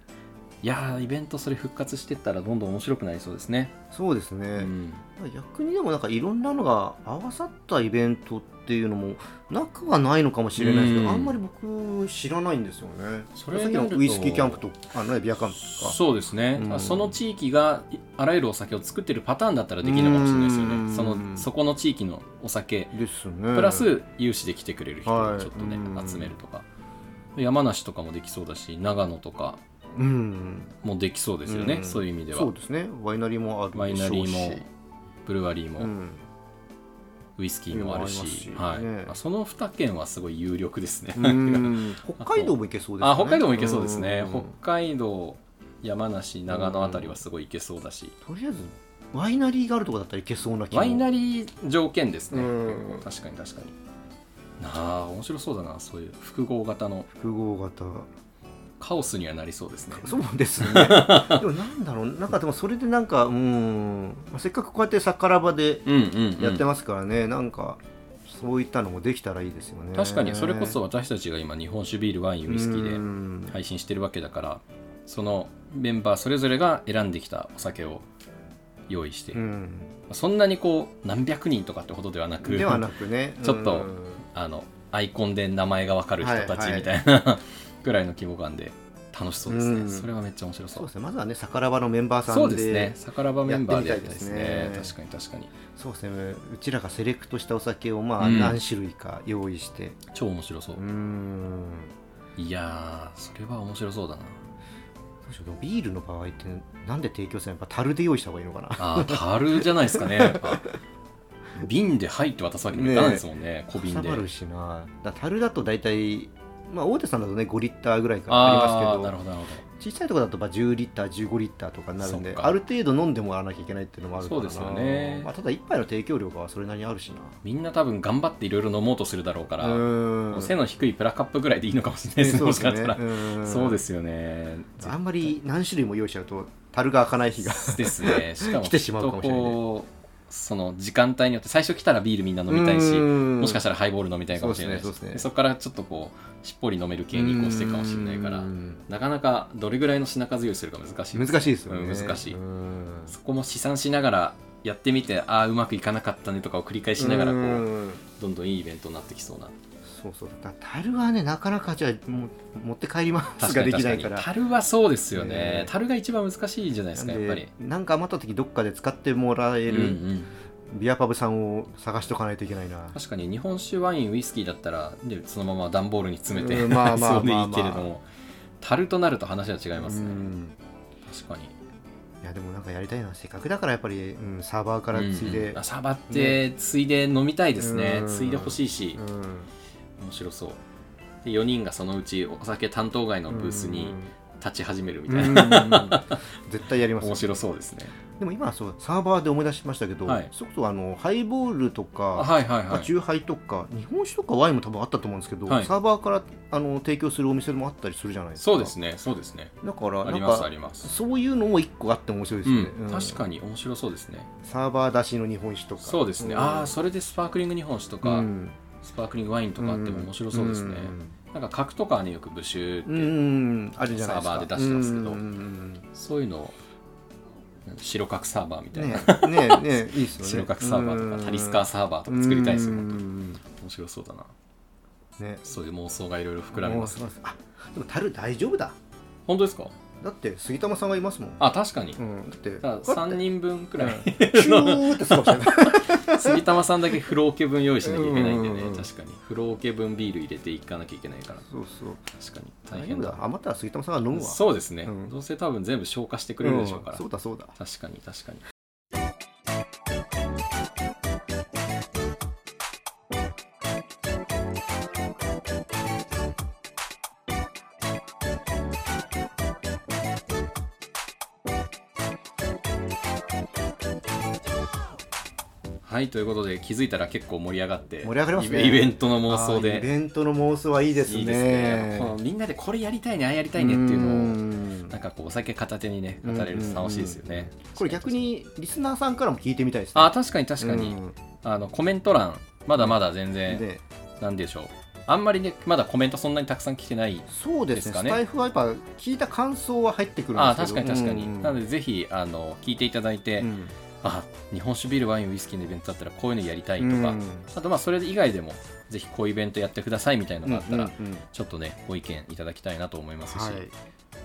Speaker 1: いやーイベントそれ復活してったらどんどん面白くなりそうですね、
Speaker 2: そうですね、
Speaker 1: うん
Speaker 2: 逆にでもなんかいろんなのが合わさったイベントっていうのもなくはないのかもしれないですけど、
Speaker 1: うん
Speaker 2: あんまり僕知らないんですよね
Speaker 1: それ
Speaker 2: さっきの
Speaker 1: になると
Speaker 2: ウイスキーキャンプとあのねビアキャンプとか
Speaker 1: そうですね、
Speaker 2: うん
Speaker 1: その地域がいあらゆるお酒を作ってるパターンだったらできるのかもしれないですよ
Speaker 2: うん
Speaker 1: ねそのそこの地域のお酒
Speaker 2: ですね
Speaker 1: プラス有志で来てくれる人を
Speaker 2: はい
Speaker 1: ちょっとね、
Speaker 2: うん
Speaker 1: 集めるとか山梨とかもできそうだし長野とか
Speaker 2: うん
Speaker 1: もできそうですよね、
Speaker 2: うん
Speaker 1: そういう意味では
Speaker 2: そうですねワイナリーもある
Speaker 1: ワイ
Speaker 2: でしょ
Speaker 1: ナ
Speaker 2: うし
Speaker 1: リーもブルワリーも、
Speaker 2: うん
Speaker 1: ウイスキーもあるし
Speaker 2: いいのもあ
Speaker 1: は
Speaker 2: ります
Speaker 1: い
Speaker 2: しね
Speaker 1: あその2県はすごい有力ですね、
Speaker 2: うん北海道も行けそうですね
Speaker 1: あ北海道も行けそうですね、
Speaker 2: ん
Speaker 1: 北海道山梨長野あたりはすごい行けそうだし、
Speaker 2: とりあえずワイナリーがあるとこだったらいけそうな気も
Speaker 1: ワイナリー条件ですね、
Speaker 2: うん
Speaker 1: 確かに確かになあ面白そうだなそういう複合型の
Speaker 2: 複合型
Speaker 1: カオスにはなりそうですね
Speaker 2: そうです ねでもなんだろうなんかでもそれでなんかうんまあせっかくこうやって酒場で
Speaker 1: うんうん、うん、
Speaker 2: やってますからね、なんかそういったのもできたらいいですよね
Speaker 1: 確かにそれこそ私たちが今日本酒ビールワインウイスキー
Speaker 2: ー
Speaker 1: で配信してるわけだからそのメンバーそれぞれが選んできたお酒を用意して、
Speaker 2: うん、
Speaker 1: そんなにこう何百人とかってほどではなく
Speaker 2: ではなくね
Speaker 1: ちょっと
Speaker 2: うん
Speaker 1: あのアイコンで名前がわかる人た
Speaker 2: はい
Speaker 1: ち
Speaker 2: はい
Speaker 1: みたいなくらいの規模感で楽しそうです
Speaker 2: う
Speaker 1: ね
Speaker 2: ん
Speaker 1: それはめっちゃ面白そ
Speaker 2: そう
Speaker 1: う
Speaker 2: ですねまずはね酒場のメンバーさんで
Speaker 1: そうですね宝場メンバーでや
Speaker 2: や
Speaker 1: っ
Speaker 2: ってて
Speaker 1: み
Speaker 2: み
Speaker 1: た
Speaker 2: た
Speaker 1: い
Speaker 2: い
Speaker 1: で
Speaker 2: ですす
Speaker 1: ね
Speaker 2: ね
Speaker 1: 確かに確かに
Speaker 2: そうですねうちらがセレクトしたお酒をまあ
Speaker 1: うん
Speaker 2: 何種類か用意して
Speaker 1: 超面白そうう
Speaker 2: ーん
Speaker 1: いやーそれは面白そうだな
Speaker 2: どうしようでもビールの場合ってなんで提供するのやっぱ樽で用意した方がいいのかな
Speaker 1: あー樽じゃないですかねやっ ぱ瓶で入って渡すわけにもいかないですもんね小瓶
Speaker 2: か
Speaker 1: で
Speaker 2: さばるしなだから樽だと大体まあ大手さんだとね5リッターぐらいからあ
Speaker 1: あ
Speaker 2: り
Speaker 1: あー
Speaker 2: ます
Speaker 1: な
Speaker 2: け
Speaker 1: る
Speaker 2: ど
Speaker 1: ほどなるほ
Speaker 2: 小さいとこだとまあ10リッター15リッターとかになるん
Speaker 1: そ
Speaker 2: で
Speaker 1: っか
Speaker 2: ある程度飲んでもらわなきゃいけないっていうのもあるからな
Speaker 1: そうですよね
Speaker 2: まあ、ただ一杯の提供量がそれなりにあるしな
Speaker 1: どみんな多分頑張っていろいろ飲もうとするだろうか
Speaker 2: う
Speaker 1: ら、
Speaker 2: ーん
Speaker 1: 背の低いプラカップぐらいでいいのかもしれないですねもしかしたら、そうですすよね
Speaker 2: ねうんあんまり何種類も用意しちゃうと樽が開かない日が
Speaker 1: ですねしかも
Speaker 2: 来てしまうかもしれないね
Speaker 1: きっとこうその時間帯によって最初来たらビールみんな飲みたいし、もしかした
Speaker 2: ら
Speaker 1: らハイボール飲みたいかもしれないし
Speaker 2: そうですねそうですね
Speaker 1: そこからちょっとこうしっぽり飲める系に移行していくかもしれないからなかなかどれぐらいの品数用意するか難しい
Speaker 2: 難しいですよね、
Speaker 1: うん難しい
Speaker 2: うん
Speaker 1: そこも試算しながらやってみてああうまくいかなかったねとかを繰り返しながらこう
Speaker 2: うん
Speaker 1: どんどんいいイベントになってきそうな
Speaker 2: そうそうだから樽はねなかなかじゃあもう持って帰りますができないから
Speaker 1: 樽はそうですよね
Speaker 2: ね
Speaker 1: 樽が一番難しいじゃないですかやっぱり
Speaker 2: なんでなんか余った時どっかで使ってもらえ
Speaker 1: うん
Speaker 2: る
Speaker 1: うん
Speaker 2: ビアパブさんを探しておかないといけないな、
Speaker 1: 確かに日本酒ワインウイスキーだったらでそのまま段ボールに詰めて
Speaker 2: うんまあまあ
Speaker 1: そうでい
Speaker 2: まあ
Speaker 1: い
Speaker 2: まあ
Speaker 1: けれども樽となると話は違います
Speaker 2: う
Speaker 1: ね
Speaker 2: ん
Speaker 1: 確かに
Speaker 2: いやでもなんかやりたいなせっかくだからやっぱり、うん、サーバーからつい
Speaker 1: うん
Speaker 2: で
Speaker 1: うんあ、サバってついで飲みたいですね
Speaker 2: うん
Speaker 1: ついで欲しいし
Speaker 2: うん
Speaker 1: 面白そうで4人がそのうちお酒担当外のブースに立ち始めるみたいな
Speaker 2: な絶対やりま す
Speaker 1: 面白そうですね
Speaker 2: でも今はそうサーバーで思い出しましたけど、
Speaker 1: はい
Speaker 2: それこそあのハイボールとか、
Speaker 1: あはいはい
Speaker 2: ま
Speaker 1: は
Speaker 2: あ
Speaker 1: い
Speaker 2: チューハイとか日本酒とかワインも多分あったと思うんですけど、
Speaker 1: はい
Speaker 2: サーバーからあの提供するお店もあったりするじゃないですか
Speaker 1: そうですねそうですね
Speaker 2: だから
Speaker 1: あ
Speaker 2: な
Speaker 1: り
Speaker 2: ん
Speaker 1: ますあ
Speaker 2: か
Speaker 1: ります
Speaker 2: そういうのも一個あって面白いです
Speaker 1: う
Speaker 2: よね、
Speaker 1: ん、確か
Speaker 2: に
Speaker 1: に面白そうですね。
Speaker 2: サーバー出しの日本酒とか
Speaker 1: そうですね。
Speaker 2: ん
Speaker 1: ああ、それでスパークリング日本酒とか、
Speaker 2: うん
Speaker 1: スパークリングワインとかあっても面白そうですね。なんか格とかはねよくブシューって、
Speaker 2: うん、うんあるじゃないですか
Speaker 1: サーバーで出してますけど
Speaker 2: うんうん
Speaker 1: そういうのを白角サーバーみたいな、
Speaker 2: うんねねねいいですよ
Speaker 1: 白
Speaker 2: ね
Speaker 1: 角サーバーとかタリスカーサーバーとか作りたいですよ、本当に面白そうだな
Speaker 2: 当ね
Speaker 1: そういう妄想がいろいろ膨らみます
Speaker 2: もうあでも樽大丈夫だ
Speaker 1: 本当ですか
Speaker 2: だって杉玉さんがいますもん
Speaker 1: あ確かに、
Speaker 2: うんだって
Speaker 1: ただ3人分くらい、
Speaker 2: シューってすごい してる
Speaker 1: 杉玉さんだけ風呂オケ分用意しなきゃいけないんでね、
Speaker 2: うんうんうん
Speaker 1: 確かに風呂オケ分ビール入れていかなきゃいけないから
Speaker 2: そうそう
Speaker 1: 確かに大
Speaker 2: 大丈
Speaker 1: 変
Speaker 2: 夫
Speaker 1: だ
Speaker 2: だ余ったら杉玉さんが飲むわ
Speaker 1: そうですね、
Speaker 2: うん
Speaker 1: どうせ多分全部消化してくれるでしょうから、
Speaker 2: んそうだそうだ
Speaker 1: 確かに確かにはいということで気づいたら結構盛り上がって
Speaker 2: 盛り上がりますね
Speaker 1: イベイベントの妄想
Speaker 2: あーイ
Speaker 1: で
Speaker 2: ベントの妄想はいいですね
Speaker 1: いいですねこのみんなでこれやりたいねああやりたいねっていうのを
Speaker 2: の
Speaker 1: なんかこうお酒片手にね語れると楽しいですよね。
Speaker 2: これ逆にリスナーさんからも聞いてみたいですね
Speaker 1: あ確かに確かに、
Speaker 2: うん
Speaker 1: あのコメント欄まだまだ全然
Speaker 2: で
Speaker 1: なんでしょうあんまりねまだコメントそんなにたくさん来てない
Speaker 2: そうで
Speaker 1: です
Speaker 2: すね
Speaker 1: かね
Speaker 2: スタイフはやっぱ聞いた感想は入ってくるん
Speaker 1: あ
Speaker 2: です
Speaker 1: 確
Speaker 2: け
Speaker 1: かに
Speaker 2: ど
Speaker 1: 確かに、
Speaker 2: うん
Speaker 1: なのでぜひあの聞いていただいて、
Speaker 2: うん
Speaker 1: あ日本酒ビールワインウイスキーのイベントだったらこういうのやりたいとか、
Speaker 2: うん
Speaker 1: あとまあそれ以外でもぜひこういうイベントやってくださいみたいなのがあったら、
Speaker 2: うんうんうん
Speaker 1: ちょっとねご意見いただきたいなと思いますし、
Speaker 2: はい
Speaker 1: い、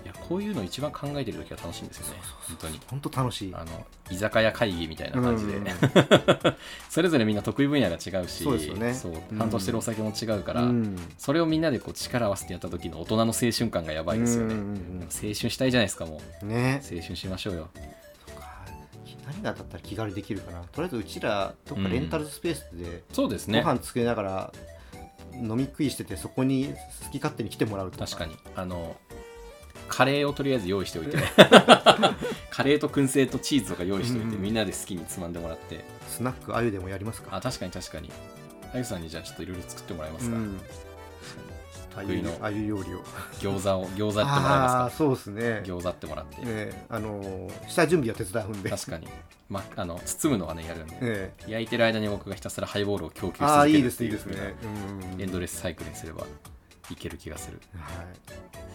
Speaker 1: やこういうの一番考えてる時は楽しいんですよね本当に
Speaker 2: 本当楽しい
Speaker 1: あの居酒屋会議みたいな感じで、
Speaker 2: うん
Speaker 1: それぞれみんな得意分野が違うし
Speaker 2: そうですよね
Speaker 1: そう
Speaker 2: うん
Speaker 1: 担当してるお酒も違うから、
Speaker 2: うん
Speaker 1: それをみんなでこう力を合わせてやった時の大人の青春感がやばいですよね、
Speaker 2: うんうん
Speaker 1: なんか青春したいじゃないですかもう
Speaker 2: うんね
Speaker 1: 青春しましょうよ
Speaker 2: そっか何が当たったら気軽にできるかなとりあえずうちらどっかレンタルスペースで
Speaker 1: そうです
Speaker 2: ご
Speaker 1: ね
Speaker 2: 飯作りながら飲み食いしててそこに好き勝手に来てもらうと
Speaker 1: 確かにあのカレーをとりあえず用意しておいて カレーと燻製とチーズとか用意しておいて、
Speaker 2: うん
Speaker 1: みんなで好きにつまんでもらって
Speaker 2: スナックあゆでもやりますか
Speaker 1: あ確かに確かにあゆさんにじゃあちょっといろいろ作ってもらえま
Speaker 2: う
Speaker 1: すか、
Speaker 2: んあ
Speaker 1: 得
Speaker 2: ゆ
Speaker 1: 意の
Speaker 2: あゆ料理を
Speaker 1: 餃子を餃子ってもらえ
Speaker 2: ああ
Speaker 1: ま
Speaker 2: ーそうですね
Speaker 1: すか餃子ってもらって、
Speaker 2: ええあのー下準備は手伝うんで、
Speaker 1: 確かに、ま、あの包むのはねやるんで、
Speaker 2: ええ
Speaker 1: 焼いてる間に僕がひたすらハイボールを供給し
Speaker 2: あ
Speaker 1: 続
Speaker 2: あい
Speaker 1: ける
Speaker 2: いで
Speaker 1: っ
Speaker 2: す
Speaker 1: て
Speaker 2: いい
Speaker 1: い
Speaker 2: で
Speaker 1: う
Speaker 2: す
Speaker 1: 風な
Speaker 2: ねうん
Speaker 1: エンドレスサイクルにすればいける気がする
Speaker 2: は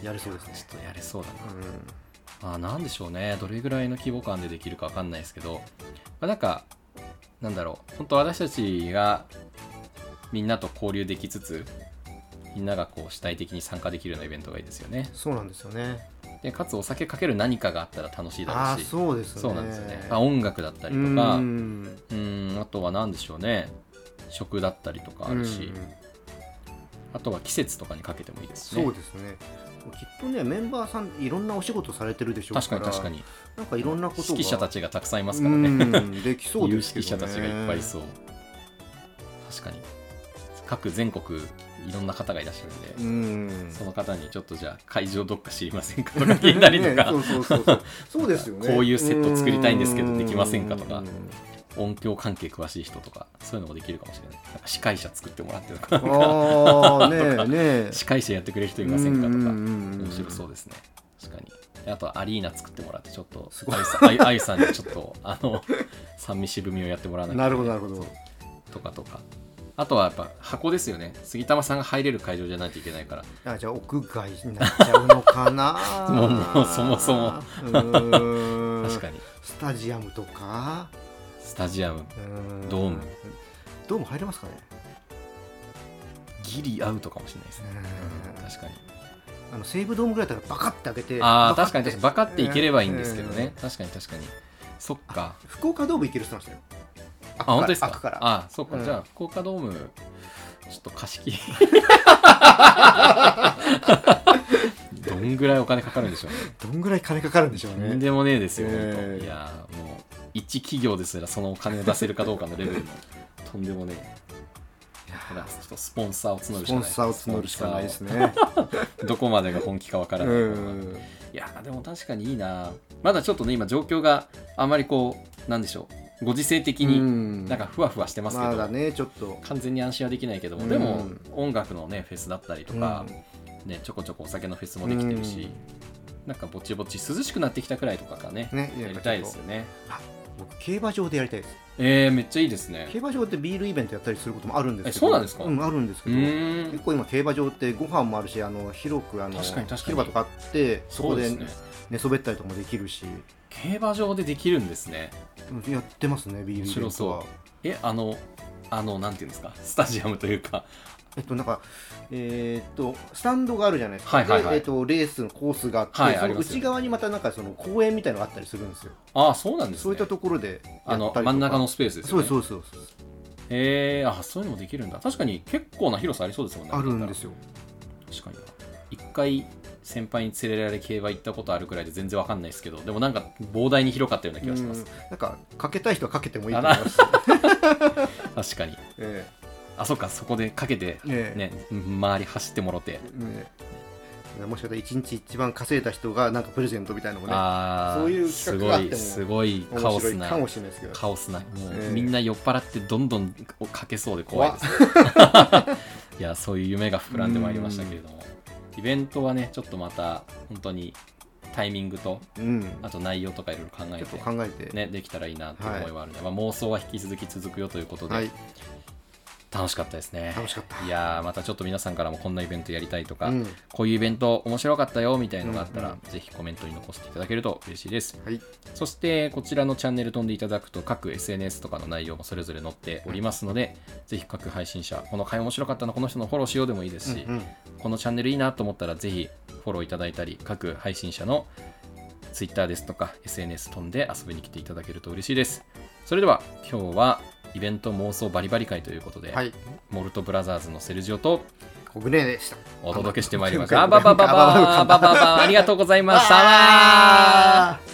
Speaker 2: いやれそうですね
Speaker 1: ちょっとやれそうだな
Speaker 2: うん
Speaker 1: まあなんでしょうねどれぐらいの規模感でできるかわかんないですけど、まあ、なんかなんだろう本当私たちがみんなと交流できつつみんながこう主体的に参加できるようなイベントがいいですよね
Speaker 2: そうなんですよね
Speaker 1: でかつお酒かける何かがあったら楽しいだ
Speaker 2: あ
Speaker 1: ろ
Speaker 2: あ
Speaker 1: うし
Speaker 2: そうですね
Speaker 1: そうなんですよね、まあ、音楽だったりとか
Speaker 2: う
Speaker 1: うん
Speaker 2: ん
Speaker 1: あとは何でしょうね食だったりとかあるし、
Speaker 2: うん
Speaker 1: あとは季節とかにかけてもいいですね
Speaker 2: そうですねきっとねメンバーさんいろんなお仕事されてるでしょう
Speaker 1: 確か
Speaker 2: から
Speaker 1: に確かに
Speaker 2: なんかいろんなことが
Speaker 1: 指揮者たちがたくさんいますからね
Speaker 2: うんできそう
Speaker 1: 有
Speaker 2: ですけ
Speaker 1: 識
Speaker 2: どね
Speaker 1: 者たちがいっぱいいそう確かに各全国いろんな方がいらっしゃるんで、
Speaker 2: う ん
Speaker 1: その方にちょっとじゃあ会場どっか知りませんか とか聞いたりとか、
Speaker 2: ね そう そうそうそうそうですよね
Speaker 1: こういうセット作りたいんですけどできませんかとか
Speaker 2: うん
Speaker 1: 音響関係詳しい人とかそういうのもできるかもしれないなんか司会者作ってもらってとか
Speaker 2: ああね えねえ
Speaker 1: 司会者やってくれる人いませんかと
Speaker 2: う
Speaker 1: か
Speaker 2: ん
Speaker 1: 面白そうですね確かにであとはアリーナ作ってもらってちょっと
Speaker 2: すごい
Speaker 1: あゆさんあゆあゆさんにちょっとあ の三味渋みをやってもらわなきゃ
Speaker 2: なるほどなる ほど
Speaker 1: とかとかあとはやっぱ箱ですよね杉玉さんが入れる会場じゃないといけないから
Speaker 2: あじゃあ屋外になっちゃうのかな
Speaker 1: もうもうそもそも
Speaker 2: も
Speaker 1: 確かに
Speaker 2: スタジアムとか
Speaker 1: スタジアム
Speaker 2: うん
Speaker 1: ドーム
Speaker 2: ドーム入れますかね
Speaker 1: ギリアウトかもしれないですね、
Speaker 2: うん
Speaker 1: うん確かに
Speaker 2: あの西武ドームぐらいだったらバカって開けて
Speaker 1: ああ
Speaker 2: バ
Speaker 1: 確か
Speaker 2: カっ
Speaker 1: に
Speaker 2: て
Speaker 1: 確かにバカっていければいいんですけど
Speaker 2: うんう
Speaker 1: ね
Speaker 2: ん、
Speaker 1: 確かに確かにそっか
Speaker 2: 福岡ドーム行ける人なんですよあ
Speaker 1: あ本当です
Speaker 2: 開く
Speaker 1: か
Speaker 2: から
Speaker 1: あそっか、
Speaker 2: うん
Speaker 1: じゃあ福岡ドームちょっと貸し切り どんぐらいお金かかるんでしょうね
Speaker 2: どんぐらい金かかるんでしょう
Speaker 1: とん
Speaker 2: ね
Speaker 1: でもねえですよ、
Speaker 2: え
Speaker 1: 本
Speaker 2: え
Speaker 1: 当いやーもう一企業ですらそのお金を出せるかどうかのレベルのとんでもねえほらちょっとスポンサーを募る
Speaker 2: ス
Speaker 1: しか
Speaker 2: ポ
Speaker 1: な
Speaker 2: ン
Speaker 1: い
Speaker 2: サーを募るしかないです
Speaker 1: スポン
Speaker 2: ね
Speaker 1: サーをどこまでが本気かわからない、
Speaker 2: うん
Speaker 1: いやーでも確かにいいなまだちょっとね今状況があまりこうなんでしょうご時世的に
Speaker 2: に
Speaker 1: なんかふわふわしてますけど、
Speaker 2: まだねちょっと
Speaker 1: 完全に安心はできないけども、
Speaker 2: うん
Speaker 1: でも音楽のねフェスだったりとか、ね、ちょこちょこお酒のフェスもできてるし、
Speaker 2: うん
Speaker 1: なんかぼちぼち涼しくなってきたくらいとかかね
Speaker 2: ね
Speaker 1: やりたいですよね
Speaker 2: 僕競馬場でやりたいです
Speaker 1: えー、めっちゃいいですね
Speaker 2: 競馬場ってビールイベントやったりすることもあるんですけど
Speaker 1: えそうなんですか
Speaker 2: うん、あるんです
Speaker 1: う
Speaker 2: けど
Speaker 1: ー
Speaker 2: 結
Speaker 1: ん
Speaker 2: 構今競馬場ってご飯もあるしあの広くあの
Speaker 1: 確かに確かに
Speaker 2: 広場とかあってそ
Speaker 1: そ
Speaker 2: こ
Speaker 1: うで
Speaker 2: です
Speaker 1: ね
Speaker 2: 寝そべったりとかもできるし
Speaker 1: 競馬場でできるんですね
Speaker 2: うんやってますねビールイベン
Speaker 1: 面白
Speaker 2: トは
Speaker 1: そえあのあのなんていうんですかスタジアムというか
Speaker 2: えっとなんかえーっとスタンドがあるじゃないですか、
Speaker 1: はいはいはい
Speaker 2: でえっとレースのコースがあって、
Speaker 1: はいあ
Speaker 2: そ
Speaker 1: り
Speaker 2: の
Speaker 1: ますよね
Speaker 2: 内側にまたなんかその公園みたいのがあったりするんですよ
Speaker 1: ああそうなんですね
Speaker 2: そういったところで
Speaker 1: あの真ん中のスペースですよね
Speaker 2: そうですそうですそうです
Speaker 1: へえあそういうのもできるんだ確かに結構な広さありそうですもんね
Speaker 2: あるんですよ
Speaker 1: 確かにな一回先輩に連れられ競馬行ったことあるくらいで全然わかんないですけどでもなんか膨大に広かったような気がしま
Speaker 2: う
Speaker 1: す
Speaker 2: んなんかかけたい人はかけてもいいと思います、
Speaker 1: 確かに
Speaker 2: え
Speaker 1: あそっかそこでかけて
Speaker 2: えええ
Speaker 1: ね周り走ってもろて
Speaker 2: ねもしかしたら一日一番稼いだ人がなんかプレゼントみたいなのもね
Speaker 1: ああ
Speaker 2: そういう
Speaker 1: す
Speaker 2: 企画が
Speaker 1: ご
Speaker 2: あって
Speaker 1: い
Speaker 2: も
Speaker 1: すごいカ
Speaker 2: 面
Speaker 1: オ
Speaker 2: 白
Speaker 1: ス
Speaker 2: い
Speaker 1: な
Speaker 2: かもしれないですけど
Speaker 1: カオスなもう、
Speaker 2: ええ
Speaker 1: みんな酔っ払ってどんどんかけそうで怖いです いやそういう夢が膨らんでまいりましたけれどもイベントはねちょっとまた本当にタイミングと
Speaker 2: うん、
Speaker 1: あと内容とかいろいろ考え
Speaker 2: ちょっと
Speaker 1: て、
Speaker 2: 考えて、
Speaker 1: ね、できたらいいなという思いはあるので、まあ、妄想は引き続き続くよということで、
Speaker 2: はい、
Speaker 1: 楽しかったですね
Speaker 2: 楽しかった
Speaker 1: いやーまたちょっと皆さんからもこんなイベントやりたいとか、
Speaker 2: うん
Speaker 1: こういうイベント面白かったよみたいのがあったら、
Speaker 2: うん
Speaker 1: ぜひコメントに残していただけると嬉しいです
Speaker 2: はい、
Speaker 1: そしてこちらのチャンネル飛んでいただくと各 SNS とかの内容もそれぞれ載っておりますので、ぜひ各配信者この回面白かったのこの人のフォローしようでもいいですし、
Speaker 2: うんうん
Speaker 1: このチャンネルいいなと思ったらぜひフォローいただいたり各配信者の Twitter ですとか SNS 飛んで遊びに来ていただけると嬉しいですそれでは今日はイベント妄想バリバリ会ということで、
Speaker 2: はい、
Speaker 1: モルトブラザーズのセルジオと
Speaker 2: 小暮でした。
Speaker 1: お届けしてまいりました
Speaker 2: あ
Speaker 1: あばばばばばばばばありがとうございました
Speaker 2: あー